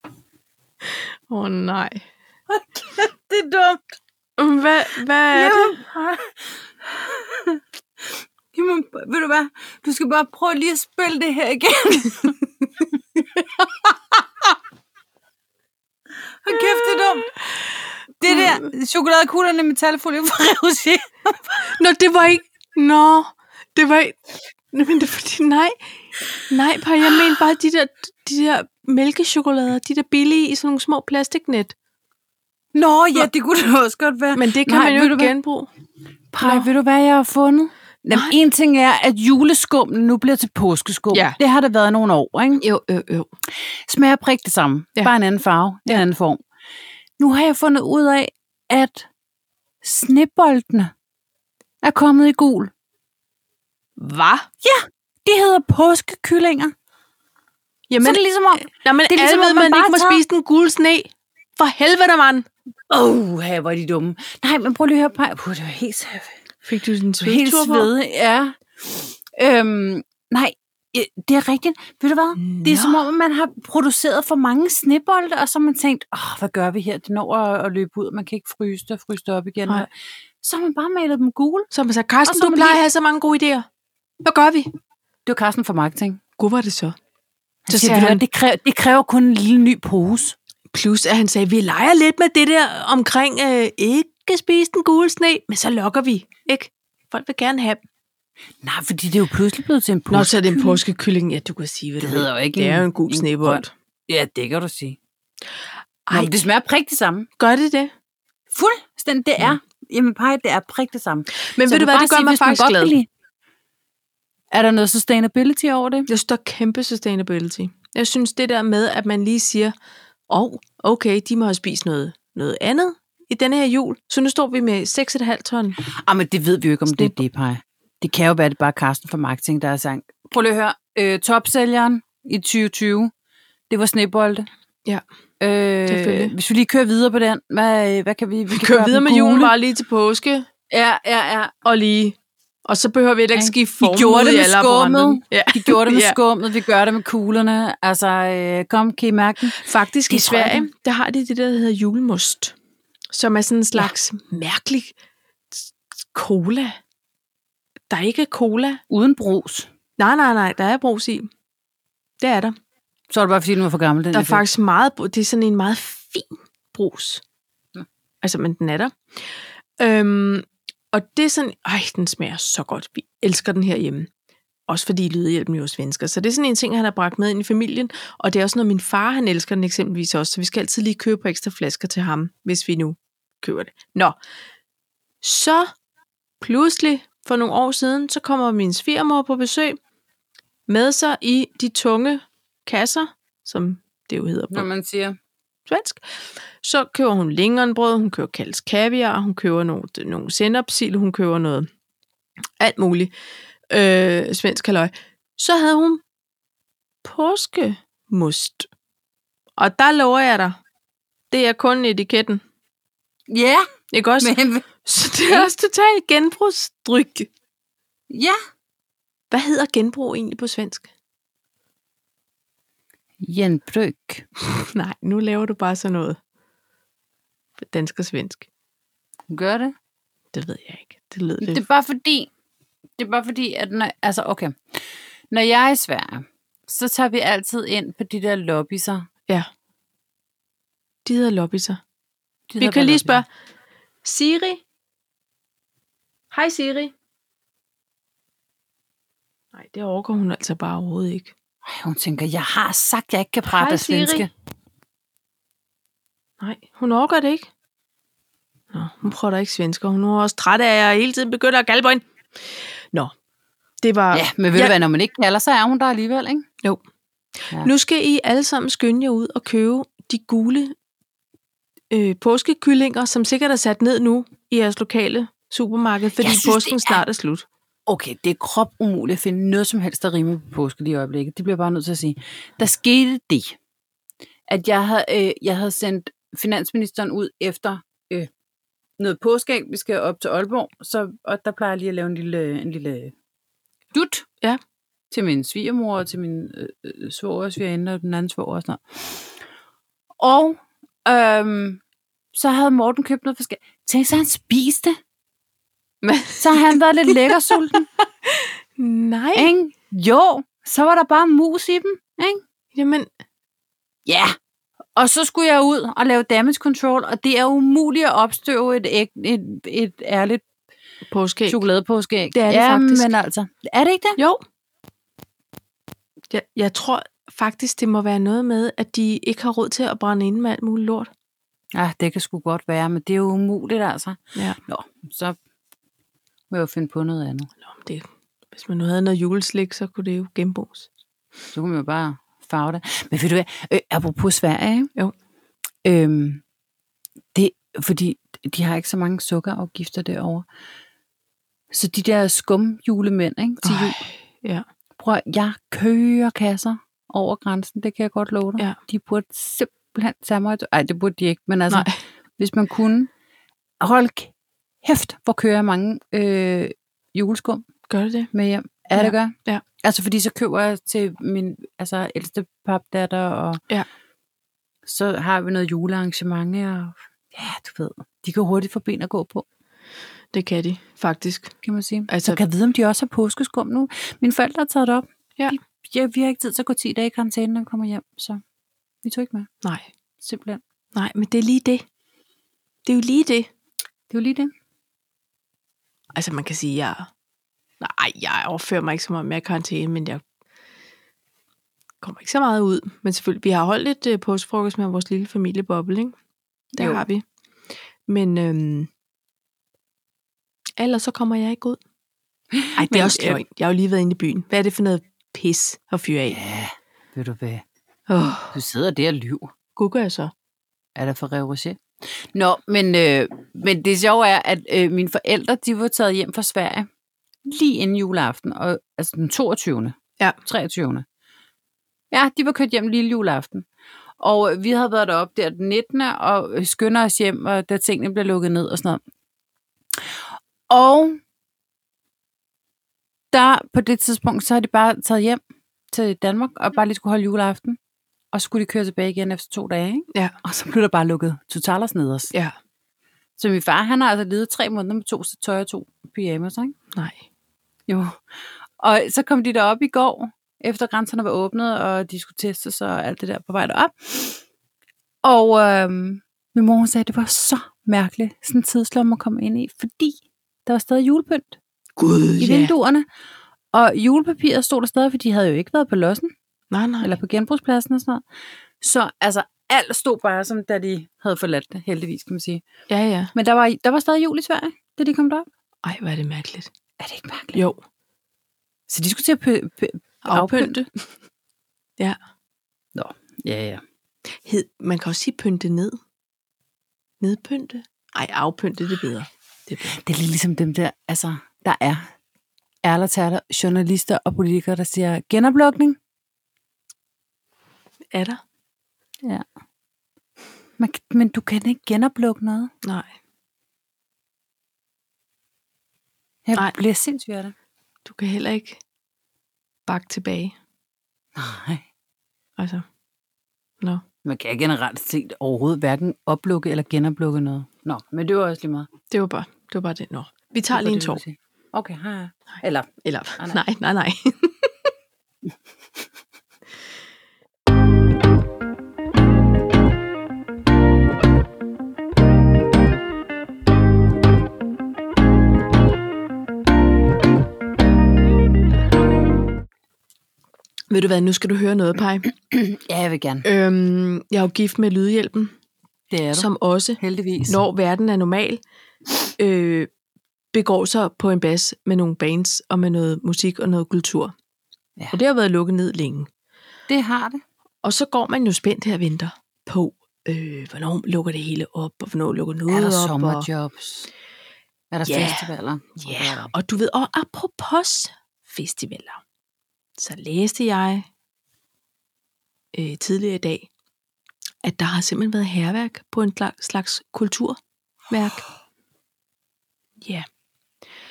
Åh, oh, nej.
Det er dumt.
Hvad, hvad er det?
Jamen, ved du hvad? Du skal bare prøve lige at spille det her igen. Hvor kæft, det er dumt. Det der chokoladekuglerne med metalfolie fra Rocher.
Nå, det var ikke... Nå, det var ikke... Nå, Men det er fordi, nej. Nej, par, jeg mener bare de der, de der mælkechokolader, de der billige i sådan nogle små plastiknet.
Nå, ja, det kunne det også godt være.
Men det kan
Nej,
nej, man jo
ved du
ikke
hvad?
genbruge.
Pej,
Nå.
ved du hvad, jeg har fundet? Jamen,
Nej.
en ting er, at juleskummen nu bliver til påskeskum.
Ja.
Det har der været nogle år, ikke?
Jo, jo, jo.
Smager prik det samme.
Ja.
Ja. Bare en anden farve, ja. en anden form. Nu har jeg fundet ud af, at sneboldene er kommet i gul.
Hvad?
De hedder påskekyllinger. Men, så
Jamen,
er det ligesom om...
nej, men
det er ligesom,
alle ved,
at man
man,
bare
ikke må
tager-
spise den gule sne. For helvede, mand.
Åh, oh, her var de dumme. Nej, men prøv lige at høre, Pej. Uh, det var helt,
Fik du sådan en
helt svede. Ja. Øhm, nej, øh, det er rigtigt. Ved du hvad? Det er som om, at man har produceret for mange snebolde, og så har man tænkt, Åh, hvad gør vi her? Det når at, at løbe ud, og man kan ikke fryse det og fryse det op igen.
Nej.
Så har man bare malet dem gule.
Så har man sagde,
Og
Carsten,
så
du
må man
plejer
lige-
at have så mange gode idéer. Hvad gør vi?
Det var Carsten for marketing.
Gud var det så.
Så siger, han, det, kræver, det kræver kun en lille ny pose.
Plus, at han sagde, vi leger lidt med det der omkring øh, ikke spise den gule sne, men så lokker vi, ikke? Folk vil gerne have dem.
Nej, fordi det er jo pludselig blevet til en pose.
Nå, så er det en påskekylling. Ja, du kan sige, hvad
det
du
hedder
vil.
jo ikke
Det er jo en god
grøn.
snebold.
Ja, det kan du sige.
Ej.
Nå, men det smager prik det samme.
Gør det det?
Fuldstændig, det er. Jamen, Paj, det er prik det
Men
samme. Så
Mm. ved
jeg
du
vil
hvad,
bare
det gør
sige,
mig
hvis man
faktisk
godt
glad.
kan lide- Er der noget sustainability over det?
Jeg synes, der er kæmpe sustainability. Jeg synes det der med, at man lige siger, åh, oh, okay, de må have spist noget, noget andet i denne her jul, så nu står vi med 6,5 ton.
Ah, men det ved vi jo ikke, om det er det, Paj. Det kan jo være, at det er bare Carsten fra Marketing, der har sagt, prøv lige at høre, øh, topsælgeren i 2020, det var snebolde.
Ja,
øh,
selvfølgelig.
Hvis vi lige kører videre på den, hvad, hvad kan vi... Vi kan
Kør
gøre
videre
den
med
gule.
julen bare lige til påske
Ja, ja, ja.
og lige. Og så behøver vi heller ikke
Ikke?
skifte
Vi
form
gjorde det
ud i
med
alle apparaterne.
skummet.
Ja.
De gjorde det med
Ja.
skummet, vi gør det med kuglerne. Altså, øh, kom, kan I mærke den?
Faktisk
Det
i
tror jeg,
Sverige, der har de det, der hedder julemost, som er sådan en slags ja. mærkelig s- cola. Der er ikke cola.
Uden brus.
Nej, nej, nej, der er brus i. Det er der.
Så er det bare, fordi den var for gammel, den
Der er
effekt.
faktisk meget, bru- det er sådan en meget fin brus.
Nå.
Altså, men den er der. Øhm, og det er sådan, ej, den smager så godt. Vi elsker den herhjemme. Også fordi lydhjælpen jo er svensker. Så det er sådan en ting, han har bragt med ind i familien. Og det er også noget, min far, han elsker den eksempelvis også. Så vi skal altid lige købe på ekstra flasker til ham, hvis vi nu køber det. Nå, så pludselig for nogle år siden, så kommer min svigermor på besøg med sig i de tunge kasser, som det jo hedder på
Når man siger,
svensk. Så køber hun lingonbrød, hun køber kaldes kaviar, hun køber nogle, nogle sennepsil, hun køber noget alt muligt øh, svensk halløj. Så havde hun påskemust. Og der lover jeg dig, det er kun etiketten.
ja,
Ikke også? Men.
men,
Så det er også totalt genbrugsdryg.
ja.
Hvad hedder genbrug egentlig på svensk?
Genbryg.
Nej, nu laver du bare sådan noget. Dansk og svensk.
Gør det?
Det ved jeg ikke. Det lød
Det er bare fordi, det er bare fordi, at når, altså okay, når jeg er i Sverige, så tager vi altid ind på de der lobbyer.
De hedder lobbyiser. Vi
De hedder
kan
bare
lige
lobbyer.
spørge. Siri? Hej Siri. Nej, det overgår hun altså bare overhovedet ikke.
Ej, hun tænker, jeg har sagt, jeg ikke kan prate
Hej,
af
Siri.
svenske.
Nej, hun overgår det ikke. Nå, hun prøver da ikke svensk, og hun er også træt af, at jeg hele tiden begynder at kalde på hende. Nå, det var...
Ja, men ved
Ja.
du hvad, når man ikke kalder, så er hun der alligevel, ikke?
Jo.
Ja.
Nu skal I alle sammen skynde jer ud og købe de gule øh, påskekyllinger, som sikkert er sat ned nu i jeres lokale supermarked, fordi
Jeg
synes,
synes,
påsken
det er-
snart er slut.
Okay, det er krop umuligt at finde noget som helst, der rimer på påske lige i øjeblikket. Det bliver jeg bare nødt til at sige. Der skete det, at jeg havde, øh, jeg havde sendt finansministeren ud efter øh, noget påskeæg. Vi skal op til Aalborg, så, og der plejer jeg lige at lave en lille, øh, en lille dut
Ja.
til min svigermor og til min øh, øh, svoger og svigerinde og den anden svoger og sådan noget. Og øhm, så havde Morten købt noget forskelligt. Tænk, så han spiste.
Men-
Så har han var lidt lækker sulten.
Nej,
Ikke? Jo, så var der bare mus i dem. Ikke?
jamen,
Ja. Og så skulle jeg ud og lave damage control, og det er umuligt at opstøve et, æg, et, et ærligt
påskeæg.
chokoladepåskeæg.
Det er det
ja,
faktisk.
men altså, er det ikke det?
Jo. Jeg, jeg tror faktisk, det må være noget med, at de ikke har råd til at brænde ind med alt muligt lort.
Ja, det kan sgu godt være, men det er jo umuligt altså.
Ja.
Nå, så må jeg jo finde på noget andet.
Nå, men det, hvis man nu havde noget juleslik, så kunne det jo genbruges.
Så kunne man jo bare farve det. Men ved du hvad, øh, apropos Sverige, ikke?
Jo.
Øhm, det, fordi de har ikke så mange sukkerafgifter derovre. Så de der skumjulemænd, ikke? Til jul,
ja.
prøv, at- jeg kører kasser over grænsen, det kan jeg godt love dig.
Ja.
De burde simpelthen tage mig... i tå- Ej, det burde de ikke, men altså,
Altså,
Nej. hvis man kunne... Hold kæft, hvor kører jeg mange øh, juleskum
Gør det det?
med hjem. Ja, det gør jeg.
ja.
Altså, fordi så køber jeg til min altså, ældste papdatter, og
Ja.
så har vi noget julearrangement, og ja, du ved, de kan hurtigt få ben at gå på,
Det kan de, faktisk.
kan man sige. Altså,
Altså-
så kan jeg vide, om de også har påskeskum nu. Mine forældre har taget det op.
Ja.
De, ja, vi har ikke tid til at gå 10 dage i karantæne, når vi kommer hjem, så vi tog ikke med,
Nej.
simpelthen.
Nej, men det er lige det. Det er jo lige det.
Det var lige det.
Altså, man kan sige, jeg... Nej, jeg overfører mig ikke så meget mere karantæne, men jeg kommer ikke så meget ud. Men selvfølgelig, vi har holdt et øh, påskefrokost med vores lille familieboble, ikke? Der
Jo.
jo. har vi. Men øhm, ellers så kommer jeg ikke ud. Ej, det
Men,
er også
øh,
løgn. Jeg har jo lige været inde i byen. Hvad er det for noget pis at fyre af?
Ja, ved du hvad?
Oh,
Du sidder der og lyver.
Google jeg så.
Er der for Rocher? Nå, men, øh, men det sjove er, at øh, mine forældre, de var taget hjem fra Sverige lige inden juleaften, og, altså den 22.
Ja.
23. Ja, de var kørt hjem lille juleaften. Og øh, vi havde været deroppe der den 19. og øh, skynder os hjem, og da tingene bliver lukket ned og sådan noget. Og der på det tidspunkt, så har de bare taget hjem til Danmark og bare lige skulle holde juleaften. Og så skulle de køre tilbage igen efter to dage, ikke?
Ja.
Og så blev der bare lukket totalers ned os.
Ja.
Så min far, han har altså levet tre måneder med to sæt tøj og to pyjamas, ikke?
Nej.
Jo. Og så kom de derop i går, efter grænserne var åbnet, og de skulle testes og alt det der på vej derop. Og øhm, min mor hun sagde, at det var så mærkeligt, sådan en tidslomme at komme ind i, fordi der var stadig julepynt
Gud,
i vinduerne. Og julepapiret stod der stadig, for de havde jo ikke været på lossen,
Nej, nej.
eller på genbrugspladsen og sådan noget. Så altså, alt stod bare som, da de havde forladt det, heldigvis, kan man sige.
Ja, ja.
Men der var, der var stadig jul i Sverige, da de kom derop.
Ej, hvor er det mærkeligt.
Er det ikke mærkeligt?
Jo.
Så de skulle til at pø- pø-
Afpynte.
Ja, ja.
Hed, man kan også sige pynte ned. Nedpynte? Ej, afpynte, det er bedre. Det er bedre.
Det er lige ligesom dem der, altså, der er ærler tærter, journalister og politikere, der siger genoplukning.
Er der?
Man, kan- men du kan ikke genoplukke noget.
Nej.
Jeg
Nej.
bliver sindssyg af det.
Du kan heller ikke bakke tilbage.
Nej.
Altså,
Man kan generelt set overhovedet hverken oplukke eller genoplukke noget. Nå, men det var også lige meget.
det var bare det. Var bare det. Nå. Vi tager
Det var
lige en
det, jeg
tår.
ville sige. Okay, hej. Eller,
Eller,
Ah, nej.
nej, nej, nej. Ved du hvad, nu skal du høre noget, Paj.
ja, jeg vil gerne.
Øhm, jeg er jo gift med Lydhjælpen,
Det er du.
som også,
heldigvis.
når verden er normal, øh, begår sig på en bas med nogle bands og med noget musik og noget kultur.
Ja.
Og det har været lukket ned længe.
Det har det.
Og så går man jo spændt her og venter på, øh, hvornår lukker det hele op, og hvornår lukker noget
Er der
op.
sommerjobs? Er der
Ja.
festivaler?
Og, ja, og du ved, og apropos festivaler, så læste jeg øh, tidligere i dag, at der har simpelthen været herværk på en slags, slags kulturværk. Ja,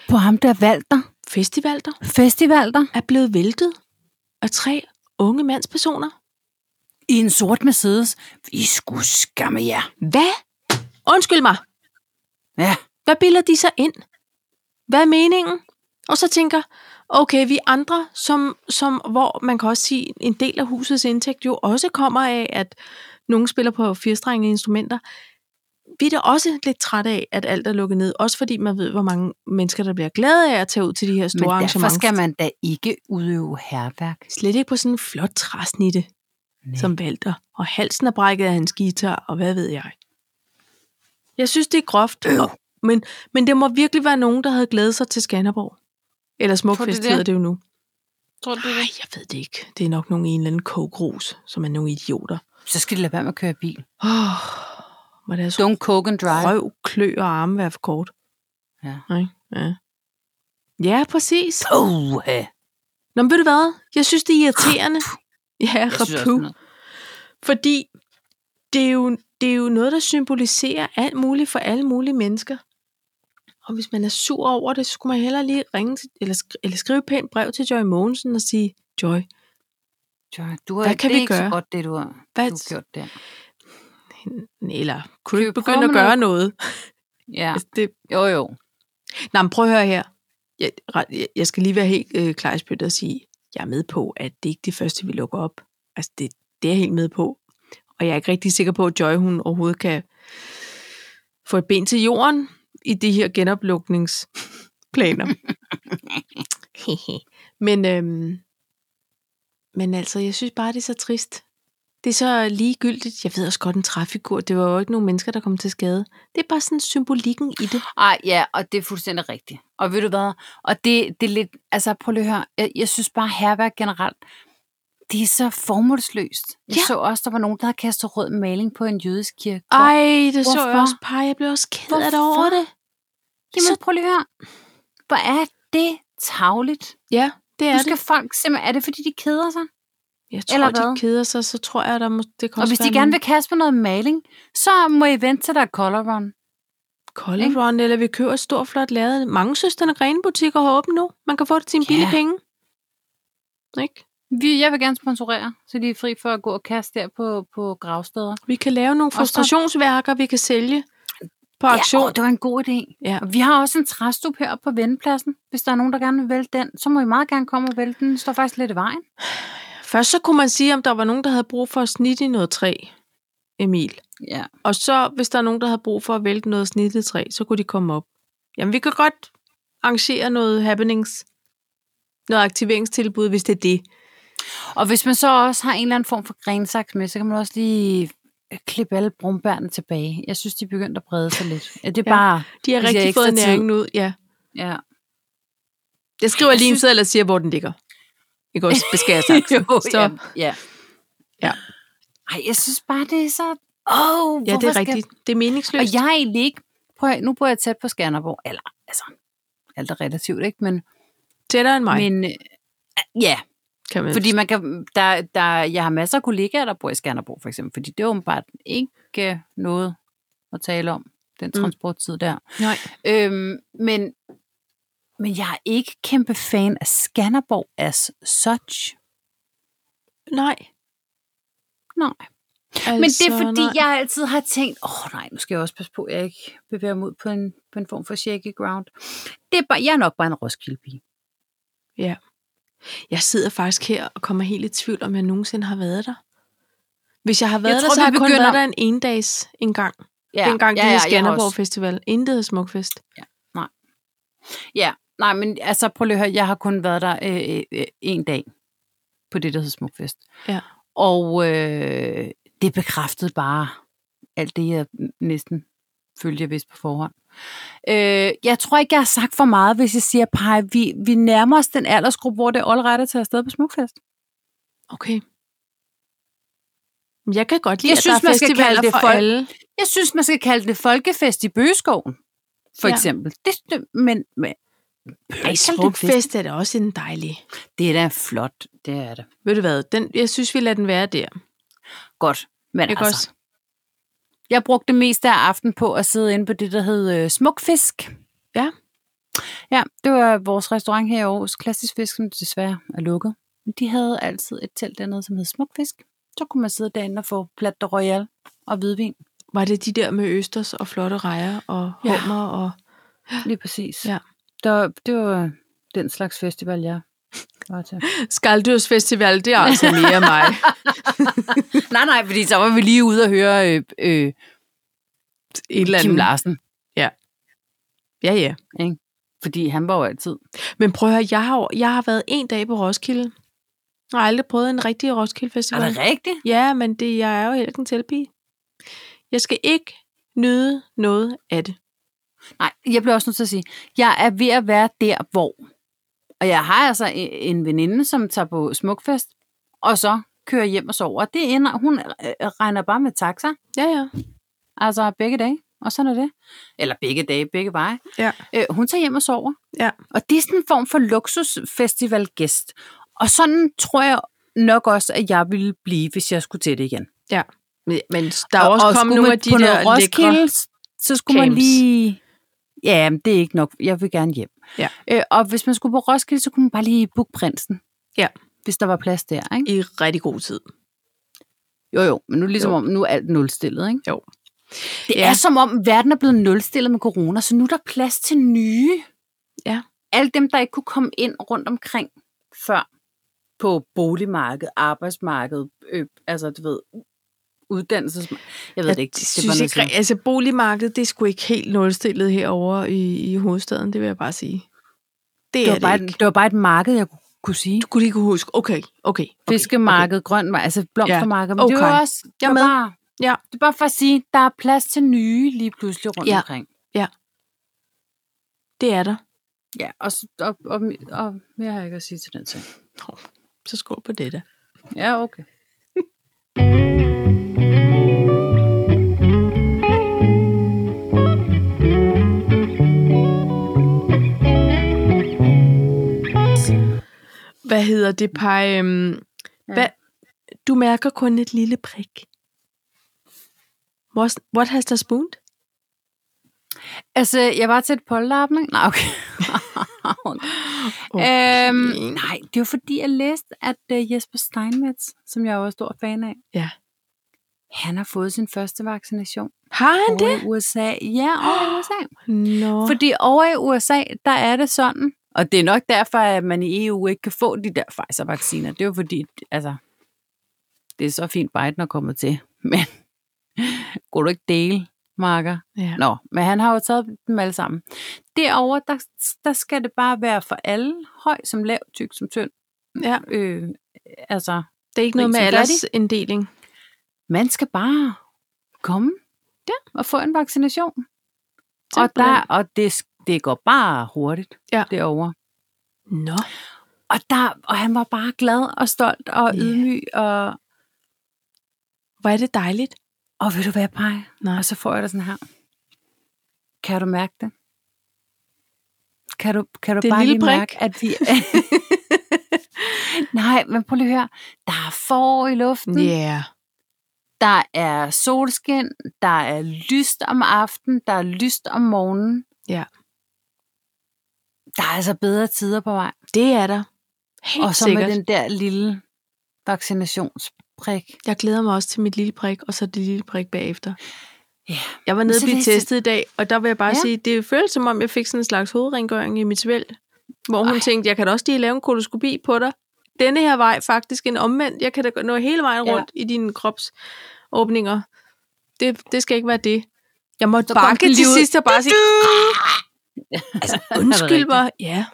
På ham der Valter.
festivaler
Festivalter.
er blevet væltet af tre unge mandspersoner.
I en sort Mercedes. Vi skulle skamme jer.
Hvad? Undskyld mig.
Ja.
Hvad bilder de sig ind? Hvad er meningen? Og så tænker, okay, vi andre, som, som, hvor man kan også sige, en del af husets indtægt jo også kommer af, at nogen spiller på firstrengede instrumenter. Vi er da også lidt trætte af, at alt er lukket ned. Også fordi man ved, hvor mange mennesker, der bliver glade af at tage ud til de her store
Men derfor
arrangementer.
skal man da ikke udøve herværk.
Slet ikke på sådan en flot træsnitte,
Nej.
som valter. Og halsen er brækket af hans guitar, og hvad ved jeg. Jeg synes, det er groft.
Øv.
og- Men, men det må virkelig være nogen, der havde glædet sig til Skanderborg. Eller
Tror du
Smukfest
det?
hedder det jo nu.
Tror du
Nej, jeg ved det ikke. Det er nok nogen i en eller anden kogrus, som er nogle idioter.
Så skal de lade være med at køre bil.
Åh, må deres
Don't coke and drive.
altså- røv, klø og arme være for kort.
Ja.
Nej, ja. ja, præcis.
Oh, ja.
Nå, men ved du hvad? Jeg synes, det er irriterende. Ja, rapu. Fordi det er, jo, det er jo noget, der symboliserer alt muligt for alle mulige mennesker. Og hvis man er sur over det, så skulle man hellere lige ringe til, eller, skri- eller skrive et pænt brev til Joy Mogensen og sige, Joy,
Du har,
Hvad kan
det
vi
er ikke
gøre?
så godt, det du har,
Hvad-
du har gjort der.
eller kunne du ikke
Kan vi
begynde at
prøve med
gøre noget?
Ja,
Altså, det,
jo jo.
nej, men prøv at høre her. Jeg, ret- jeg- jeg skal lige være helt øh, klar i spyttet og sige, jeg er med på, at det ikke er det første, vi lukker op. Altså, det, det er jeg helt med på. Og jeg er ikke rigtig sikker på, at Joy hun overhovedet kan få et ben til jorden i de her genoplukningsplaner. men, øhm, men altså, jeg synes bare, det er så trist. Det er så ligegyldigt. Jeg ved også godt, en træfigur, det var jo ikke nogen mennesker, der kom til skade. Det er bare sådan symbolikken i det.
Ej, ja, og det er fuldstændig rigtigt. Og ved du hvad? Og det, det er lidt, altså prøv lige at høre, jeg, jeg synes bare herværk generelt, Det er så formålsløst. Jeg
Ja.
så også, der var nogen, der havde kastet rød maling på en jødisk kirke.
Ej, det så jeg
Hvorfor?
også, par. Jeg blev også ked af det over det.
Jamen,
så-
så... prøv lige at høre. Hvor er det tavligt.
Ja, det er
Nu skal folk simpelthen... Er det, fordi de keder sig?
det. Jeg tror,
eller
de
hvad?
keder sig, så tror jeg, der må, det kan
Og
også
hvis de
være
gerne
nogle
vil kaste med noget maling, så må I vente til der er color run.
Color
ikke?
Run, eller vi køber et stort, flot lavet. Mange søsterne Grene butikker har åbent nu. Man kan få det til en
Ja.
billig penge. Ikke?
Vi, jeg vil gerne sponsorere, så de er fri for at gå og kaste der på, på gravsteder.
Vi kan lave nogle
så-
frustrationsværker, vi kan sælge på auktion.
Ja, åh, det var en god idé.
Ja.
Og vi har også en træstup heroppe på vendepladsen. Hvis der er nogen, der gerne vil vælge den, så må I meget gerne komme og vælge den. Den står faktisk lidt i vejen.
Først så kunne man sige, om der var nogen, der havde brug for at snitte i noget træ, Emil.
Ja.
Og så, hvis der er nogen, der havde brug for at vælte noget snittet træ, så kunne de komme op. Jamen, vi kan godt arrangere noget happenings, noget aktiveringstilbud, hvis det er det.
Og hvis man så også har en eller anden form for grensaks med, så kan man også lige øh, klippe alle brumbærne tilbage. Jeg synes, de er begyndt at brede sig lidt. Ja, det er
Ja.
ja. bare...
De har
Hvis jeg
rigtig
ikke
fået
tager tid.
næringen ud, ja.
Ja.
Jeg skriver
Jeg
lige en
synes-
seddel og siger, hvor den ligger. Ikke også beskærer sig. Stop.
Ja.
Ja.
Ej, jeg synes bare, det er så... Åh, oh,
Ja, det er rigtigt. Det er meningsløst.
Og jeg er egentlig ikke... Prøv at, høre, nu bor jeg tæt på Skanderborg. Eller, altså, alt er relativt, ikke? Men,
Tættere end mig,
men øh, ja,
kan man
fordi man kan, der, der, jeg har masser af kollegaer, der bor i Skanderborg, for eksempel. Fordi det er åbenbart ikke øh, noget at tale om, den transporttid der.
Nej.
Øhm, men, men jeg er ikke kæmpe fan af Skanderborg as such.
Nej.
Nej.
Altså,
Men det er fordi,
nej.
jeg altid har tænkt, åh oh, nej, nu skal jeg også passe på, at jeg ikke bevæger mig ud på en, på en form for shaky ground. Det er bare, jeg er nok bare en roskildepige.
Jeg sidder faktisk her og kommer helt i tvivl, om jeg nogensinde har været der. Hvis jeg har været
Jeg
jeg der, tror,
tror,
så
vi
har jeg kun
begynder-
været der en endags en gang. Ja, Dengang ja, det hed Skanderborg Festival. Intet hed Smukfest.
Ja, nej, men altså prøv lige at høre, jeg har kun været der øh, øh, en dag på det, der hedder Smukfest.
Ja.
Og øh, det bekræftede bare alt det, jeg næsten følte, jeg vidste på forhånd. Øh, jeg tror ikke, jeg har sagt for meget, hvis jeg siger, Paj, vi, vi nærmer os den aldersgruppe, hvor det er all right at tage afsted på Smukfest.
Okay. Men Jeg kan godt lide,
Jeg
at
synes,
der er
man skal
festivaler
kalde det
for
folk.
alle.
Jeg synes, man skal kalde det folkefest i Bøgeskoven,
Ja.
for ja. eksempel. Det, det, men, men,
Ej, Smukfest er da også en dejlig.
Det er da flot, det er det.
Ved du hvad, den, jeg synes, vi lader den være der.
Godt, men
Ikke
altså,
også?
Jeg brugte det meste af aften på at sidde inde på det, der hed øh, Smukfisk.
Ja.
Ja, det var vores restaurant her i Aarhus, Klassisk Fisk, som desværre er lukket. Men de havde altid et telt dernede, som hed Smukfisk. Så kunne man sidde derinde og få plat de royal og hvidvin.
Var det de der med østers og flotte rejer og
Ja.
hummer og...
Lige præcis.
Ja.
Det var, det var den slags festival, jeg var til.
Skaldyrsfestival, det er altså mere mig.
nej, nej, fordi så var vi lige ude og høre øh, øh,
Et eller
Kim
andet.
Larsen.
Ja, ja.
Fordi han var jo altid.
Men prøv at høre, jeg har, jeg har været en dag på Roskilde. Jeg har aldrig prøvet en rigtig Roskilde Festival.
rigtigt?
Ja, men det, jeg er jo heller ikke en tilpige. Jeg skal ikke nyde noget af det.
Nej, jeg bliver også nødt til at sige, jeg er ved at være der, hvor. Og jeg har altså en- en veninde, som tager på smukfest, og så kører hjem og sover. Og det ender, hun øh, regner bare med taxa,
Ja, ja.
altså begge dage, og sådan er det. Eller begge dage, begge veje.
Ja.
Øh, hun tager hjem og sover.
Ja.
Og det er sådan en form for luksusfestivalgæst. Og sådan tror jeg nok også, at jeg ville blive, hvis jeg skulle til det igen.
Men, men der er jo også kommet
skulle
nogle
man
af de
på
der
noget
lækre...
Roskilde, så skulle man
camps.
lige... Ja, men det er ikke nok. Jeg vil gerne hjem.
Ja.
Øh, og hvis man skulle på Roskilde, så kunne man bare lige booke prinsen.
Ja.
Hvis der var plads der, ikke?
I rigtig god tid.
Jo, jo. Men nu er det ligesom
Jo.
om, nu er alt nulstillet, ikke?
Jo.
Det
Ja.
ja. er som om, verden er blevet nulstillet med corona, så nu er der plads til nye.
Ja.
Alle dem, der ikke kunne komme ind rundt omkring før på boligmarkedet, arbejdsmarkedet, øh, altså du ved, uddannelsesmarkedet. Jeg ved det ikke.
Jeg
er bare
synes
noget,
ikke,
jeg siger.
ri- altså boligmarkedet, det er sgu ikke helt nulstillet herover i, i hovedstaden, det vil jeg bare sige. Det,
det,
er
var
det
bare,
ikke.
det var bare et marked, jeg kunne, kunne sige.
Du kunne lige kunne huske, okay, okay. okay
Fiskemarked, okay. grønmarked, altså blomstermarked. Men det
okay.
er jo også det
Jeg er
var
med.
bare,
Ja.
det er bare for at sige, der er plads til nye lige pludselig rundt
Ja.
ja. omkring.
Okay. Det er der.
Ja, og, s- og, og, og mere har jeg ikke at sige til den ting.
Så skål på det da.
Ja, okay.
Hvad hedder det, Paj? Øhm,
Ja.
hvad? Du mærker kun et lille prik. What, what has the spoon?
Altså, jeg var til et polterappen, ikke? Nej, okay. okay. Øhm, nej, det var fordi, jeg læste, at øh, Jesper Steinmetz, som jeg jo er stor fan af,
Ja.
han har fået sin første vaccination
Har han det?
over i USA. Ja, over i USA.
Nå.
Fordi over i USA, der er det sådan, og det er nok derfor, at man i EU ikke kan få de der Pfizer-vacciner. Det er jo fordi, altså, det er så fint, Biden er kommet til. Men kunne du ikke dele, Marker?
ja.
Nå, men han har jo taget dem alle sammen. Derovre, der, der skal det bare være for alle. Høj som lav, tyk som tynd.
Ja.
Øh, altså,
Det er ikke noget med
Som
aldersinddeling.
man skal bare komme der og få en vaccination. Og,
Simpelthen.
der, og det, sk- det går bare hurtigt
Ja.
derovre.
Nå.
Og, der, og han var bare glad og stolt og
Ja.
yeah. ydmyg. Og,
Hvor er det dejligt.
og ved du hvad, Paj?
Nej.
Og så får jeg det sådan her. Kan du mærke det? Kan du, kan du
Det er en
bare
lille
lige
prik.
mærke, at vi... Nej, men prøv lige at høre. Der er forår i luften.
Yeah.
Der er solskin. Der er lyst om aftenen. Der er lyst om morgenen.
Ja.
Der er altså bedre tider på vej.
Det er der. Helt
og så
sikkert.
med den der lille vaccinationsprik.
Jeg glæder mig også til mit lille prik, og så det lille prik bagefter.
Ja.
Jeg var nede og
Så
blive
læste-
testet i dag, og der vil jeg bare ja.
Ja.
sige, det føles som om, jeg fik sådan en slags hovedrengøring i mit svælg. Hvor hun Ej.
Ej.
tænkte, jeg kan da også lige lave en koloskopi på dig. Denne her vej faktisk en omvendt. Jeg kan da nå hele vejen
Ja.
rundt i dine kropsåbninger. Det, det skal ikke være det. Jeg måtte
Så kom
bakke til
den lige ud.
sidst og bare "Ah!" sige,
Altså,
undskyld mig. Ja.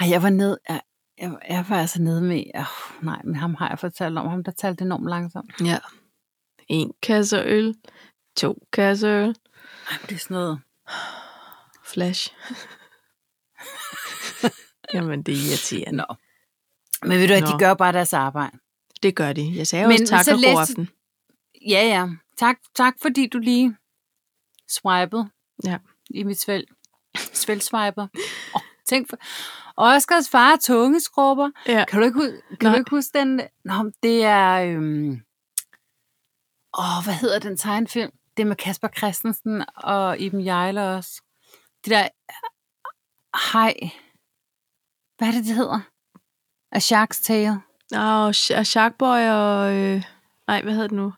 Ej, jeg var ned, jeg, jeg, jeg var altså nede med, oh, nej, men ham har jeg fortalt om, ham der talte enormt langsomt.
ja. En kasse øl, to kasser øl,
Ej, men det er sådan noget.
flash. Jamen, det er irriterende.
Nå. Men ved du hvad,
Nå.
de gør bare deres arbejde.
Det gør de. Jeg sagde Men
Men
også tak
så
og god
læste-
aften.
Ja, ja. Tak, tak fordi du lige swipede
Ja.
i mit svæl. Svælswiper. Oh, tænk for... Oscars far er tungeskrubber.
Ja.
Kan du ikke, hu- kan
Nej.
du ikke huske den? Nå, men det er... Øhm... Åh, hvad hedder den tegnefilm? Det er med Kasper Christensen og Iben Jejle også. Det der... Hej. Hvad er det, det hedder? A Shark's Tale.
Og Sharkboy og... Øh, nej, hvad hedder det nu?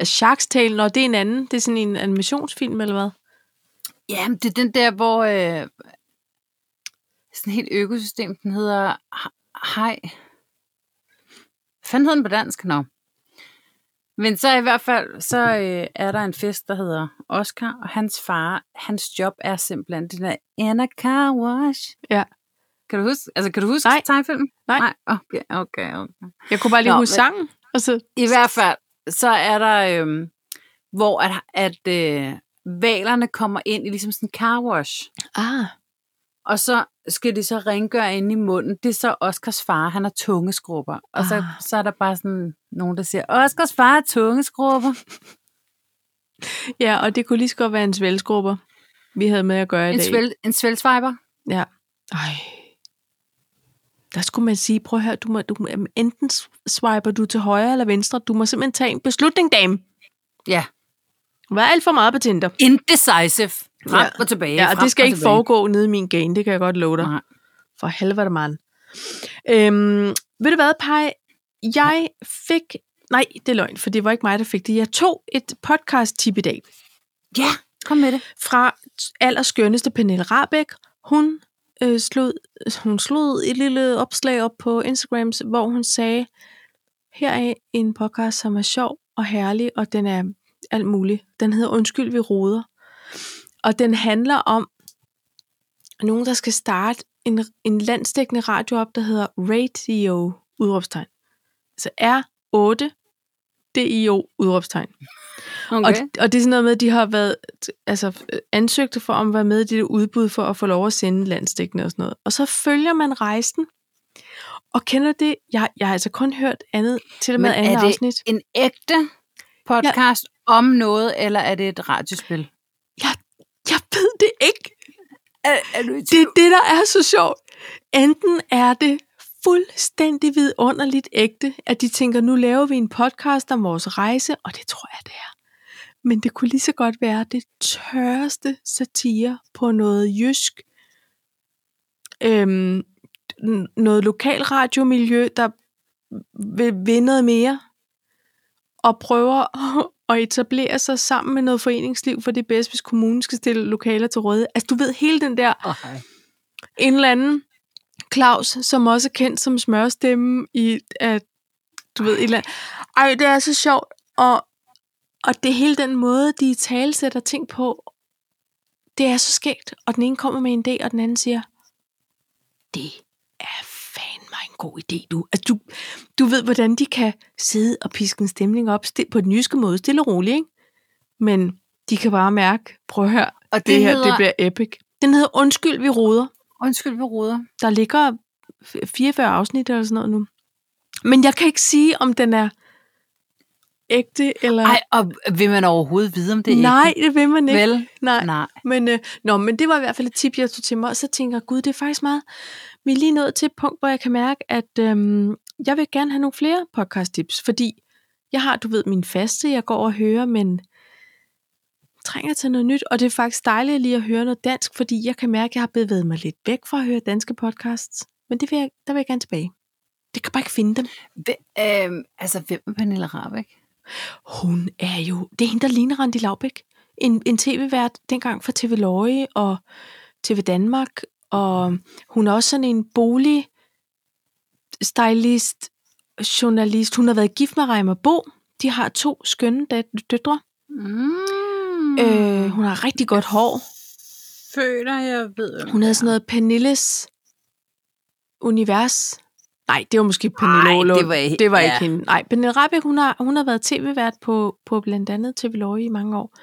Ja, Shark's Tale, når det er en anden. Det er sådan en animationsfilm, eller hvad?
Ja, men det er den der, hvor øh, sådan et helt økosystem, den hedder H- Hej. Hvad fanden hedder den på dansk? Nå. Men så i hvert fald, så øh, er der en fest, der hedder Oscar, og hans far, hans job er simpelthen den der Anna Car Wash.
Ja.
Kan du huske, altså, kan du huske
Nej.
tegnefilmen?
Nej.
Nej. Okay, okay, okay.
Jeg kunne bare lige
Nå,
huske
men-
sangen. Og så,
I hvert fald, så er der, øhm, hvor at, at øh, valerne kommer ind i ligesom sådan en car wash.
ah,
Og så skal de så rengøre inde i munden. Det er så Oscars far, han har tungeskrubber. Og så,
Ah.
så er der bare sådan nogen, der siger, Oscars far har tungeskrubber.
ja, og det kunne lige så godt være en svælsgrupper, vi havde med at gøre i
En,
dag.
svæl, en svælsviber.
Ja. Ej. Der skulle man sige, prøv at høre, du må, du, må- enten swiper du til højre eller venstre. Du må simpelthen tage en beslutning, dame.
Ja.
Vær alt for meget på Tinder.
Indecisive. Frem
Ja.
ja. og tilbage.
Ja, og
frem
det skal
og
ikke
tilbage.
foregå nede i min gane, det kan jeg godt love dig.
Nej.
For helvede, mand. Øhm, ved du hvad, Paj? Jeg fik... Nej, det er løgn, for det var ikke mig, der fik det. Jeg tog et podcast-tip i dag
Ja, kom med det.
fra allerskønneste Pernille Rabeck. Hun, øh, slog, hun slog et lille opslag op på Instagram, hvor hun sagde, her er en podcast, som er sjov og herlig, og den er alt muligt. Den hedder Undskyld, vi roder. Og den handler om nogen, der skal starte en, en landsdækkende radio op, der hedder Radio udråbstegn. Altså R8 DIO udråbstegn. Okay. Og, og det er sådan noget med, at de har været altså, ansøgte for om at være med i det udbud for at få lov at sende landstækkende og sådan noget. Og så følger man rejsen. Og kender du det? Jeg, jeg har altså kun hørt andet, til og med
Men er
andet
det-
afsnit.
En ægte podcast ja. om noget, eller er det et radiospil?
Jeg ved det ikke.
Er, er du
Det er det, der er så sjovt. Enten er det fuldstændig vidunderligt ægte, at de tænker, nu laver vi en podcast om vores rejse, og det tror jeg, det er. Men det kunne lige så godt være det tørreste satire på noget jysk, øhm, n- noget lokal radiomiljø, der vil vinde noget mere, og prøver at etablere sig sammen med noget foreningsliv, for det er bedst, hvis kommunen skal stille lokaler til rådighed. Altså, du ved, hele den der
Okay.
en eller anden Claus, som også er kendt som smørstemme i, at, du ved, et eller andet. Ej, det er så sjovt, og, og det er hele den måde, de talsætter ting på, det er så skægt, og den ene kommer med en idé, og den anden siger, det er fandme en god idé, du. Altså, du, du ved, hvordan de kan sidde og piske en stemning op sti- på den jyske måde, stille og roligt, ikke? Men de kan bare mærke, prøv at høre,
Og
det, det her, det bliver epic. Den hedder Undskyld, vi roder.
Undskyld, vi roder.
Der ligger f- 44 afsnit eller sådan noget nu. Men jeg kan ikke sige, om den er ægte eller...
Nej, og vil man overhovedet vide, om det er
Nej, det vil man
ægte?
ikke.
Vel?
Nej.
Nej.
Men, øh, nå, men det var i hvert fald et tip, jeg tog til mig, og så tænker jeg, gud, det er faktisk meget. Vi er lige nået til et punkt, hvor jeg kan mærke, at øhm, jeg vil gerne have nogle flere podcast-tips, fordi jeg har, du ved, min faste, jeg går og hører, men trænger til noget nyt, og det er faktisk dejligt lige at høre noget dansk, fordi jeg kan mærke, at jeg har bevæget mig lidt væk fra at høre danske podcasts, men det vil jeg, der vil jeg gerne tilbage. Det kan bare ikke finde dem.
Hve- øhm, altså, hvem er Pernille Rabeck?
Hun er jo... Det er hende, der ligner Randi Laubæk. En, en tv-vært dengang for TV Løje og TV Danmark. Og hun er også sådan en bolig stylist, journalist. Hun har været gift med Reimer Bo. De har to skønne dat- døtre.
Mm.
Mm. Øh, hun har rigtig godt hår.
føler, jeg ved.
Hun havde sådan noget Pernilles univers. Nej, det var måske Pernille
Nej,
Aalund.
det var ikke-
det var
ja.
ikke hende. Nej, Pernille Rabeck, hun har, hun har været tv-vært på, på blandt andet TV Løje i mange år.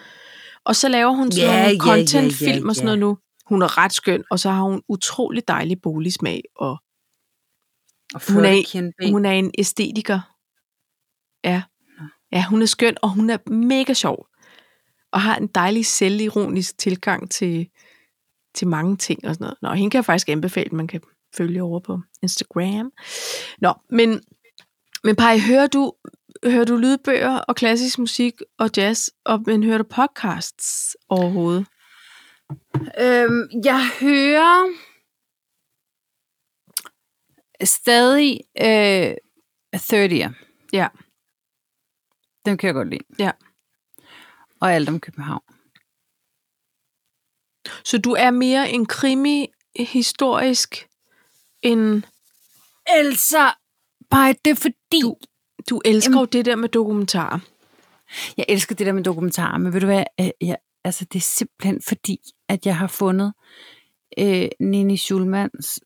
Og så laver hun sådan
Ja,
yeah,
ja,
nogle
ja,
contentfilm yeah,
ja,
og sådan
ja.
noget nu. Hun er ret skøn, og så har hun utrolig dejlig boligsmag, og
Og
hun er-
Frøken Kindben.
hun er en æstetiker. Ja. Ja, hun er skøn, og hun er mega sjov. Og har en dejlig selvironisk tilgang til, til mange ting og sådan noget. Nå, hende kan jeg faktisk anbefale, at man kan følge over på Instagram. Nå, men, men Paj, hører du, hører du lydbøger og klassisk musik og jazz, og, men hører du podcasts overhovedet?
Øhm, jeg hører stadig øh, 30'er.
Ja.
Dem kan jeg godt lide.
Ja.
Og alt om København.
Så du er mere en krimi-historisk end...
Altså, bare det er fordi... Du.
Du elsker jo det der med dokumentarer.
Jeg elsker det der med dokumentarer, men ved du hvad? øh, Jeg, altså, det er simpelthen fordi, at jeg har fundet øh, Nini Schulmans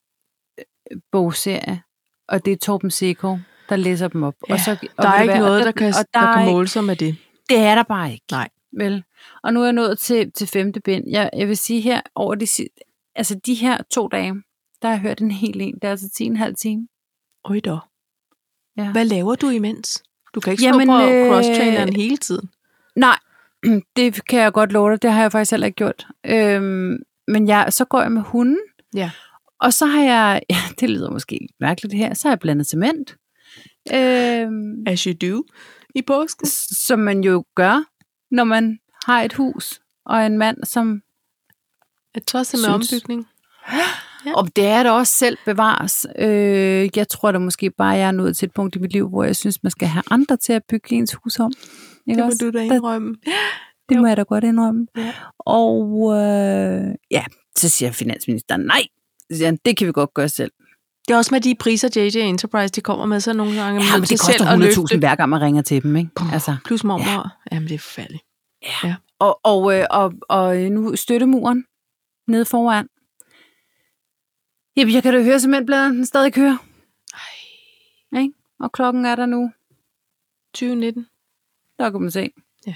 øh, bogserie, og det er Torben Sekov, der læser dem op.
Ja,
og så, og
Der
ved
er ikke
du hvad, og
noget, der kan,
og
der
er
kan
ikke-
måle sig med det.
Det er der bare ikke.
Nej.
Vel? Og nu er jeg nået til, til femte bind. Jeg, jeg vil sige her, over de, si- altså de her to dage, der har jeg hørt en hel en. Det er altså 10 en halv time.
Øj da.
Ja.
Hvad laver du imens? Du kan ikke
Jamen,
Jamen, stå på
øh,
cross-traineren hele tiden.
Nej, det kan jeg godt love dig. Det har jeg faktisk heller ikke gjort. Øhm, men jeg, så går jeg med hunden.
Ja.
Og så har jeg, ja, det lyder måske lidt mærkeligt det her, så har jeg blandet cement. Øhm,
As you do. I påsken.
som man jo gør, når man har et hus og en mand, som
At trods en
Synes.
ombygning. Ja.
Og det er da også selv bevares. Øh, jeg tror da måske bare, at jeg er nået til et punkt i mit liv, hvor jeg synes, man skal have andre til at bygge ens hus om. Ikke
Det må
også?
du da
Der-
indrømme.
det
Jo.
må jeg da godt indrømme.
Ja.
Og øh, ja, så siger finansministeren, nej, Så siger han, det kan vi godt gøre selv.
Det er også med de priser, JJ Enterprise de kommer med, så nogle gange er man
Ja, men
nødt
det
til selv
koster
at løfte.
100.000 hver gang, man ringer til dem. Ikke? Altså,
Plus mormor. Ja. Jamen, det er forfærdeligt.
og, og, øh, og, og nu støttemuren nede foran. Jamen, jeg kan da høre cementbladeren, den stadig kører.
Ej,
Og klokken er der nu
2019.
Der kunne man se.
Ja.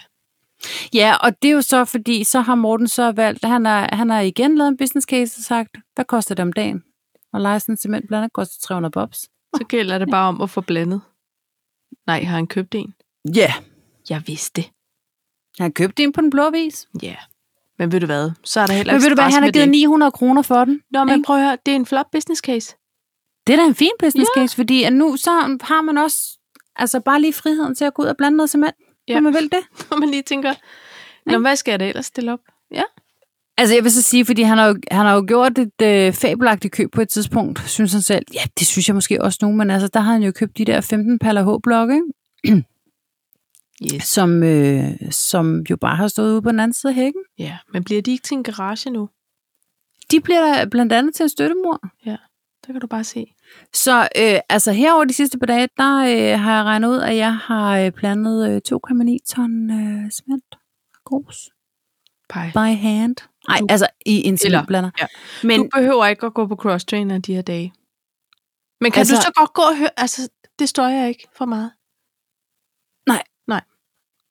Ja, og det er jo så, fordi så har Morten så valgt, han har, han har igen lavet en business case og sagt, hvad koster det om dagen? Og leje sådan en cementblander koster 300 bobs.
Så gælder det bare om at få blandet. Nej, har han købt en?
Ja.
Jeg vidste det.
Han købte en på den blå vis.
Ja. Men ved du hvad? Så er der heller
Men ved du hvad,
stress
han har
med
givet
det.
900 kroner for den.
Nå, men
ikke?
prøv at høre, det er en flot business case.
Det er da en fin business case, fordi at nu så har man også altså bare lige friheden til at gå ud og blande noget cement, ja.
Ja.
når man vil det.
Når man lige tænker, Nå,
Ikke?
men hvad skal jeg da ellers stille op?
Altså jeg vil så sige, fordi han har jo, han har jo gjort et øh, fabelagtigt køb på et tidspunkt, synes han selv. Ja, det synes jeg måske også nu, men altså der har han jo købt de der 15 paller H-blokke, ikke?
Yes.
som, øh, som jo bare har stået ude på den anden side af hækken.
Ja, men bliver de ikke til en garage nu?
De bliver der blandt andet til en støttemor.
Der kan du bare se.
Så øh, altså herover de sidste par dage, der øh, har jeg regnet ud, at jeg har øh, blandet øh, 2,9 ton øh, cement. Grus.
Pej.
By hand. Nej,
Du-
altså i en
Eller-
cementblander.
ja.
Men
Du behøver ikke at gå på cross-trainer de her dage. Men kan altså,
Altså-
du så godt gå og høre? Altså, det støjer jeg ikke for meget.
Nej.
Nej.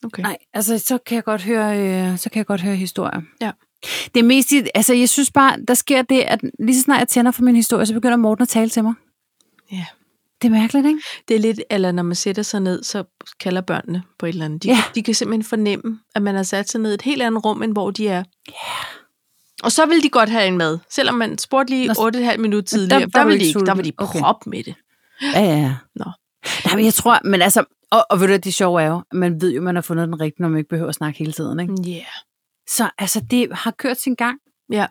Okay.
Nej, altså så kan jeg godt høre, øh, så kan jeg godt høre historier.
Ja.
Det er mest, i- altså jeg synes bare, der sker det, at lige så snart jeg tænder for min historie, så begynder Morten at tale til mig.
Ja.
Det er mærkeligt, ikke?
Det er lidt, eller når man sætter sig ned, så kalder børnene på et eller andet. De,
Ja.
de kan simpelthen fornemme, at man har sat sig ned i et helt andet rum, end hvor de er. Ja. Og så vil de godt have en mad. Selvom man spurgte lige
Nå,
8,5 minutter
der
tidligere, der,
var du
der, ville de
ikke
ikke, der
sulten.
var de
Okay.
prop med det.
Ja, ja, ja.
Nå.
Nej, men jeg tror, men altså, og, og ved du, hvad, det sjove er jo, at man ved jo, man har fundet den rigtige, når man ikke behøver at snakke hele tiden, ikke?
Ja. Yeah.
Så altså, det har kørt sin gang.
Ja.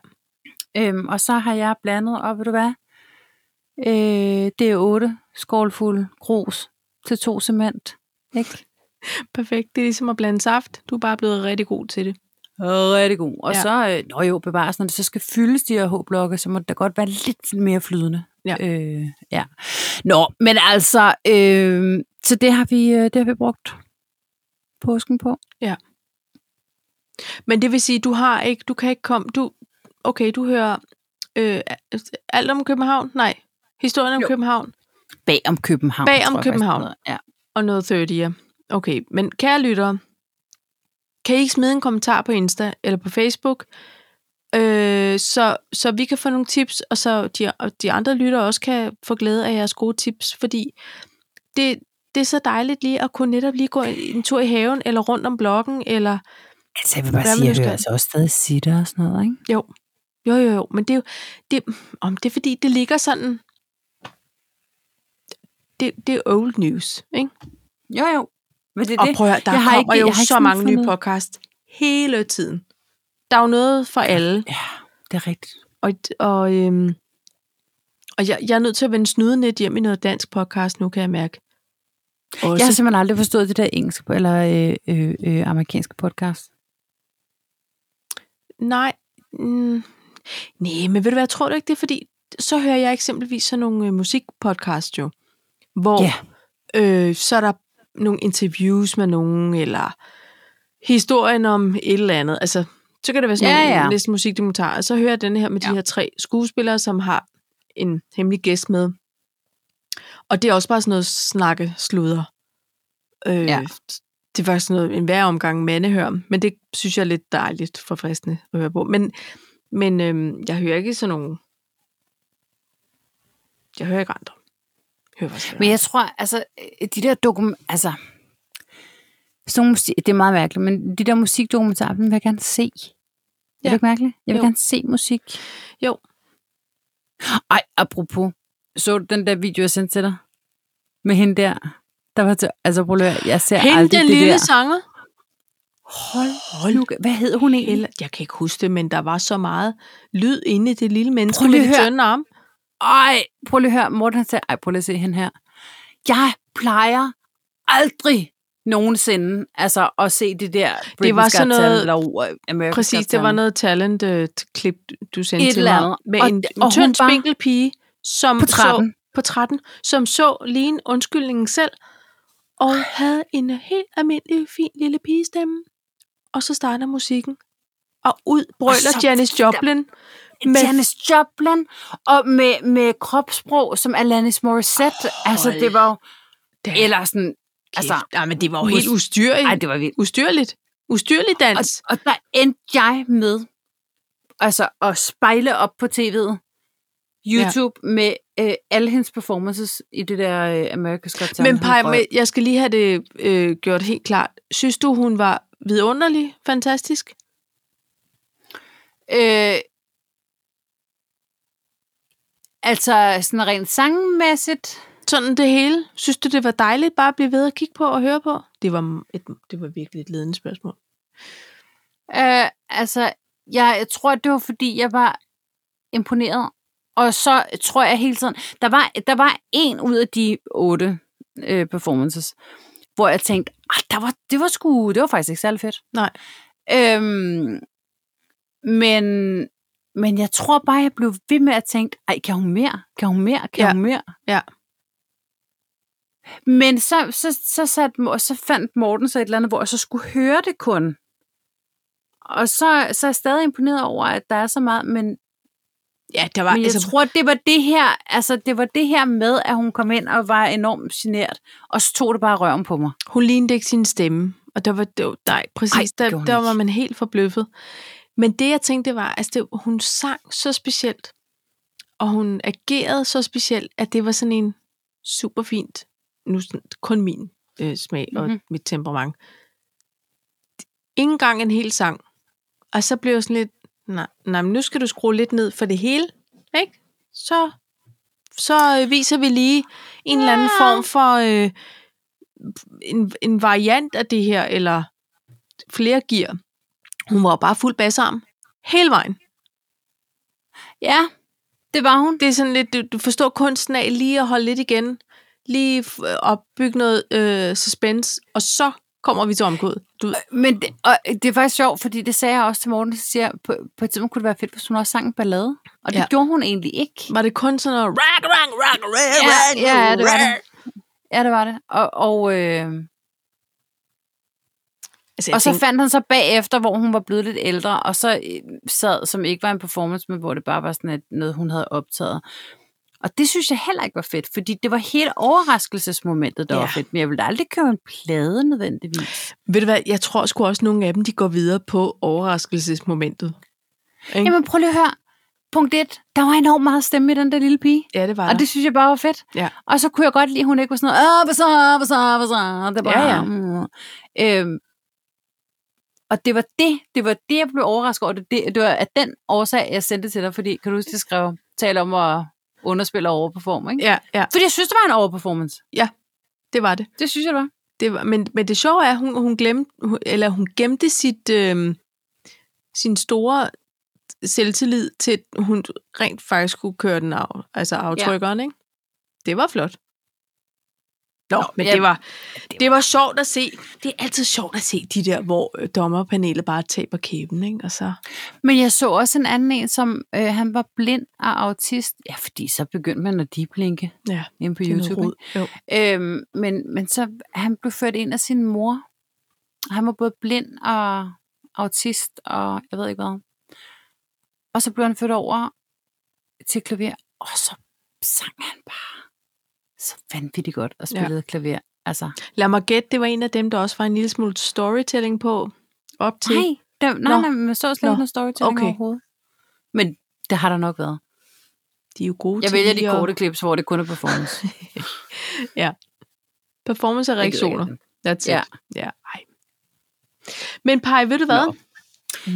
Øhm, og så har jeg blandet, og ved du hvad, øh, det er otte skålfulde grus til to cement. Ikke?
Perfekt. Det er ligesom at blande saft. Du er bare blevet rigtig god til det.
Rigtig god. Og
Ja.
ja. så, øh, nå jo, bevares, når det så skal fyldes de her H-blokke, så må det da godt være lidt mere flydende.
Ja.
Øh, ja. Nå, men altså, øh, så det har, vi, øh, det har vi brugt påsken på.
Men det vil sige, du har ikke, du kan ikke komme, du, okay, du hører øh, alt om København, nej, historien om jo.
Jo.
København
Bag om København.
Bag om
tror jeg faktisk,
København.
det hedder. Ja.
og noget 30'er. Okay, men kære lyttere, kan I ikke smide en kommentar på Insta eller på Facebook, øh, så, så vi kan få nogle tips, og så de, og de andre lyttere også kan få glæde af jeres gode tips, fordi det, det er så dejligt lige at kunne netop lige gå en tur i haven, eller rundt om blokken, eller
Altså, jeg vil
Hvad vil
bare sige,
du
at jeg
skal?
hører altså også stadig sitter og sådan noget, ikke?
Jo, jo, jo, men det er jo, det, om det er fordi, det ligger sådan, det, det er old news, ikke?
Jo, jo. Men det
Og prøv at høre, der
jeg
jeg
har
kommer
ikke-
jo
jeg har ikke
så
sådan
mange nye
fundet-
podcast hele tiden. Der er jo noget for alle,
Ja, det er rigtigt.
og, og, øhm, og jeg, jeg er nødt til at vende snuden lidt hjem i noget dansk podcast nu, kan jeg mærke. Også.
Jeg har simpelthen aldrig forstået det der engelske eller øh, øh, øh, amerikanske podcast.
Nej. Mm. Nej, men ved du hvad, jeg tror du ikke det, er fordi så hører jeg eksempelvis sådan nogle øh, musikpodcast jo, hvor
Ja.
øh, så er der nogle interviews med nogen, eller historien om et eller andet. Altså, så kan det være sådan
Ja,
ja, ja.
ja.
næsten musikdokumentar. Og så hører jeg den her med ja. de
Ja.
her tre skuespillere, som har en hemmelig gæst med. Og det er også bare sådan noget snakke sludder. Øh,
Ja.
Det var sådan noget, en hver omgang mandehør, men det synes jeg er lidt dejligt forfriskende at høre på. Men, men øhm, jeg hører ikke sådan nogen... Jeg hører ikke andre. Jeg hører faktisk ikke
Men jeg tror, altså, øh, de der dokum... Altså, sådan nogle musik, det er meget mærkeligt, men de der musikdokumentarer, dem vil jeg gerne se. Ja. Er
Ja.
det ikke mærkeligt? Jeg vil
Jo.
jo. gerne se musik.
Jo.
Ej, apropos. Så du den der video, jeg sendte til dig? Med hende der? Der var til, altså, prøv lige at høre, jeg ser
Hende
aldrig
den
det
lille
der.
sanger?
Hold, hold. Hvad hed hun egentlig?
Eller, jeg kan ikke huske det, men der var så meget lyd inde i det lille menneske
Prøv
med
lige
det
at høre.
tynde arm.
Ej, prøv lige at høre, Morten han sagde, ej, prøv lige at se hende her. Jeg plejer aldrig nogensinde altså, at se det der Britain's
var
Got
sådan noget-
Talent, eller uh, America's
Præcis,
Got
det var
Talent.
noget talent-klip, du sendte
Et
til
eller
mig.
andet.
Med
Og
en,
det-
en
og
tynd
hun var
spinkel pige, som
på 13.
Så, på 13, som så lige en undskyldning selv, og havde en helt almindelig, fin lille pigestemme. Og så starter musikken. Og ud brøler
så-
Janis Joplin.
med
med-
Janis Joplin, og med, med kropsprog som Alanis Morissette. Oh, altså, det var jo...
da
Eller sådan... Altså,
nej, men det var jo
mus-
helt ustyrligt.
ej, det var vildt.
Ustyrligt. Ustyrlig dans.
Og, og der endte jeg med altså, at spejle op på tv'et. YouTube ja. med øh, alle hendes performances i det der øh, America's Got Talent.
Men Paj, men jeg skal lige have det øh, gjort helt klart. Synes du, hun var vidunderlig, fantastisk?
Øh, altså, sådan rent sangmæssigt.
Sådan det hele. Synes du, det var dejligt bare at blive ved at kigge på og høre på? Det var, et, det var virkelig et ledende spørgsmål.
Øh, altså, jeg, jeg tror, det var, fordi jeg var imponeret. Og så tror jeg hele tiden... Der var, der var en ud af de otte øh, performances, hvor jeg tænkte, "Ah, der var, det, var sgu, det var faktisk ikke særlig fedt.
Nej.
Øhm, men, men jeg tror bare, jeg blev ved med at tænke, ej, kan hun mere? Kan hun mere? Kan
Ja.
ja. hun mere?
Ja.
Men så, så, så, sat, og så fandt Morten så et eller andet, hvor jeg så skulle høre det kun. Og så, så er jeg stadig imponeret over, at der er så meget, men,
Ja, der var... altså
men jeg tror, det var det her, altså det var det her med, at hun kom ind og var enormt genert, og så tog det bare røven på mig.
Hun lignede ikke sin stemme, og der var det var- nej, præcis,
Ej,
Ej,
det
der,
gjorde hun
der var
ikke.
man helt forbløffet. Men det jeg tænkte det var, altså det, hun sang så specielt, og hun agerede så specielt, at det var sådan en super fint, nu sådan- kun min øh, smag og
Mhm.
mm-hmm. mit temperament. Ingen gang en hel sang. Og så blev jeg sådan lidt, nej, nej, men nu skal du skrue lidt ned for det hele, ikke? Så, så øh, viser vi lige en eller anden
Ja.
form for øh, en, en variant af det her, eller flere gear. Hun var bare fuld bassarm hele vejen.
Ja, det var hun.
Det er sådan lidt, du, du forstår kunsten af lige at holde lidt igen, lige f- opbygge noget øh, suspense, og så kommer vi til omkødet. Du,
Men det, og det er faktisk sjovt, fordi det sagde jeg også til Morten, så siger jeg, på, på et tidspunkt kunne det være fedt, hvis hun også sang en ballade. Og det
Ja.
ja. gjorde hun egentlig ikke.
var det kun sådan noget, rock, rock, rock, rock,
Ja,
rock,
ja, det var
rock.
det. Ja, det var det. Og, og, øh,
Altså,
og
jeg
så
tænkte,
fandt han så bagefter, hvor hun var blevet lidt ældre, og så øh, sad, som ikke var en performance, men hvor det bare var sådan et, noget, hun havde optaget. Og det synes jeg heller ikke var fedt, fordi det var helt overraskelsesmomentet, der
Ja.
var fedt. Men jeg ville da aldrig købe en plade nødvendigvis.
ved du hvad, jeg tror sgu også, nogle af dem, de går videre på overraskelsesmomentet. Ikke?
Jamen prøv lige at høre. Punkt 1. Der var enormt meget stemme i den der lille pige.
ja, det var
Og det synes jeg bare var fedt.
Ja.
Og så kunne jeg godt lide, at hun ikke var sådan noget, Åh, hvad så, hvad så, hvad så. Det var
Ja, ja.
Mm. Øhm, og det var det, det var det, jeg blev overrasket over. Det, det, det var af den årsag, jeg sendte det til dig, fordi, kan du huske, jeg skrev, tale om at underspille og overperforme, ikke?
Ja, ja,
Fordi jeg synes, det var en overperformance.
det var det.
Det synes jeg, det var.
Det var, men, men det sjove er, at hun, hun, glemte, hun- eller hun gemte sit, øh, sin store selvtillid til, at hun rent faktisk kunne køre den af, altså aftrykkeren, ja. ikke? Det var flot. Nå, men
ja,
det var, det var sjovt at se. Det er altid sjovt at se de der, hvor øh, dommerpanelet bare taber kæben, ikke? Og så,
Men jeg så også en anden en, som øh, han var blind og autist. Ja, fordi så begyndte man at deeplinke
ja,
inde på
det er noget
YouTube.
rod. Jo.
Øhm, men, men så han blev ført ind af sin mor. Han var både blind og autist og jeg ved ikke hvad. Og så blev han ført over til klaver, og så sang han bare så vanvittigt godt og
Ja.
spillede ja. klaver. Altså,
Lad mig gætte, det var en af dem, der også var en lille smule storytelling på, op til.
nej, der, nej,
Nå.
nej, man så slet
Nå.
ikke noget storytelling
Okay.
okay. overhovedet. Men det har der nok været.
De er jo gode
Jeg
til
vælger
lige
de
at-
korte klips, hvor det kun er performance.
Performance og
Jeg gider ikke
reaktioner. That's
Ja.
it. Ja. Ej. Men Paj, ved du hvad?
Nå.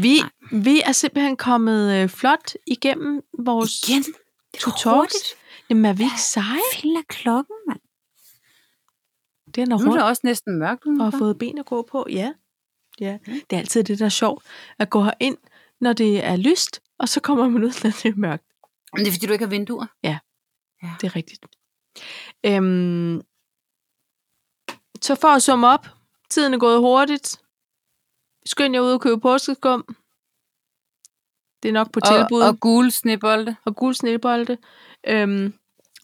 Vi, vi er simpelthen kommet øh, flot igennem vores
Igen? Det
to
var
talks.
hurtigt.
Jamen er vi ikke seje?
Fanden er klokken, mand.
Det er når
Nu er
rundt
det også næsten mørkt.
og
udenfor.
har fået ben at gå på. Ja. ja. Det er altid det, der er sjovt. At gå herind, når det er lyst, og så kommer man ud, når det er mørkt.
Men det er fordi, du ikke har vinduer.
Det er rigtigt. Øhm, så for at summe op, tiden er gået hurtigt. Skynd jer ud og købe påskeskum. Det er nok på tilbud.
Og, og gule snebolde.
og gul snebolde. Øhm,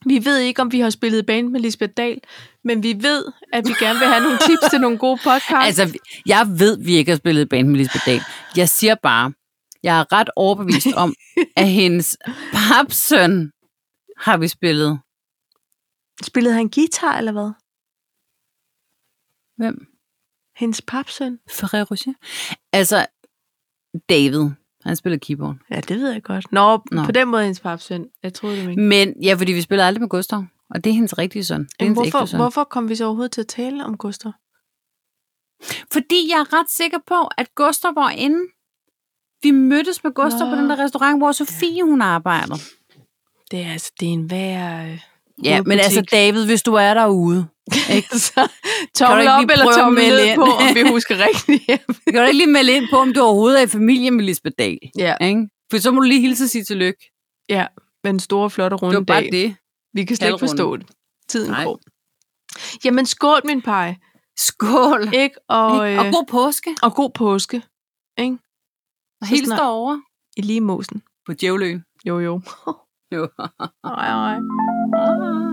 vi ved ikke, om vi har spillet i band med Lisbeth Dahl, men vi ved, at vi gerne vil have nogle tips til nogle gode podcasts.
Altså, vi- jeg ved, vi ikke har spillet i band med Lisbeth Dahl. Jeg siger bare, jeg er ret overbevist om, at hendes papsøn har vi spillet.
spillede han guitar, eller hvad?
Hvem?
Hendes papsøn?
Ferrero Rocher? Altså, David. Han spiller keyboard.
Ja, det ved jeg godt. Nå, Nå.
Nå.
på den måde er hendes papsøn. Jeg troede det ikke.
Men ja, fordi vi spiller aldrig med Gustav. Og det er hendes rigtige søn. Det er
Men
hendes ægte
hvorfor,
søn.
hvorfor kom vi så overhovedet til at tale om Gustav?
Fordi jeg er ret sikker på, at Gustav var inde. Vi mødtes med Gustav
Nå.
Nå. på den der restaurant, hvor Sofie hun arbejder.
Det er altså, det er en værre... øh,
Ja, men
Hovedbutik.
altså David, hvis du er derude,
så, tommel
ikke
op
lige
eller
prøve at
tommel
melde
ned
ind?
på, om vi husker rigtigt.
kan du ikke lige melde ind på, om du overhovedet er i familie med Lisbeth Dahl?
ja,
Ikke? For så må du lige hilse og sige tillykke.
med den store, flotte runde
Det var
dag.
bare det.
Vi kan slet ikke
Halvrunde.
forstå det. Tiden
Nej.
går. Jamen, skål, min pej.
Skål.
Ikke? Og,
Og, og
øh,
god påske.
og god påske. Ikke?
Og
så
hils
snart-
derovre.
I lige mosen.
På Djævløen.
Jo, jo.
Jo.
Ej, ej.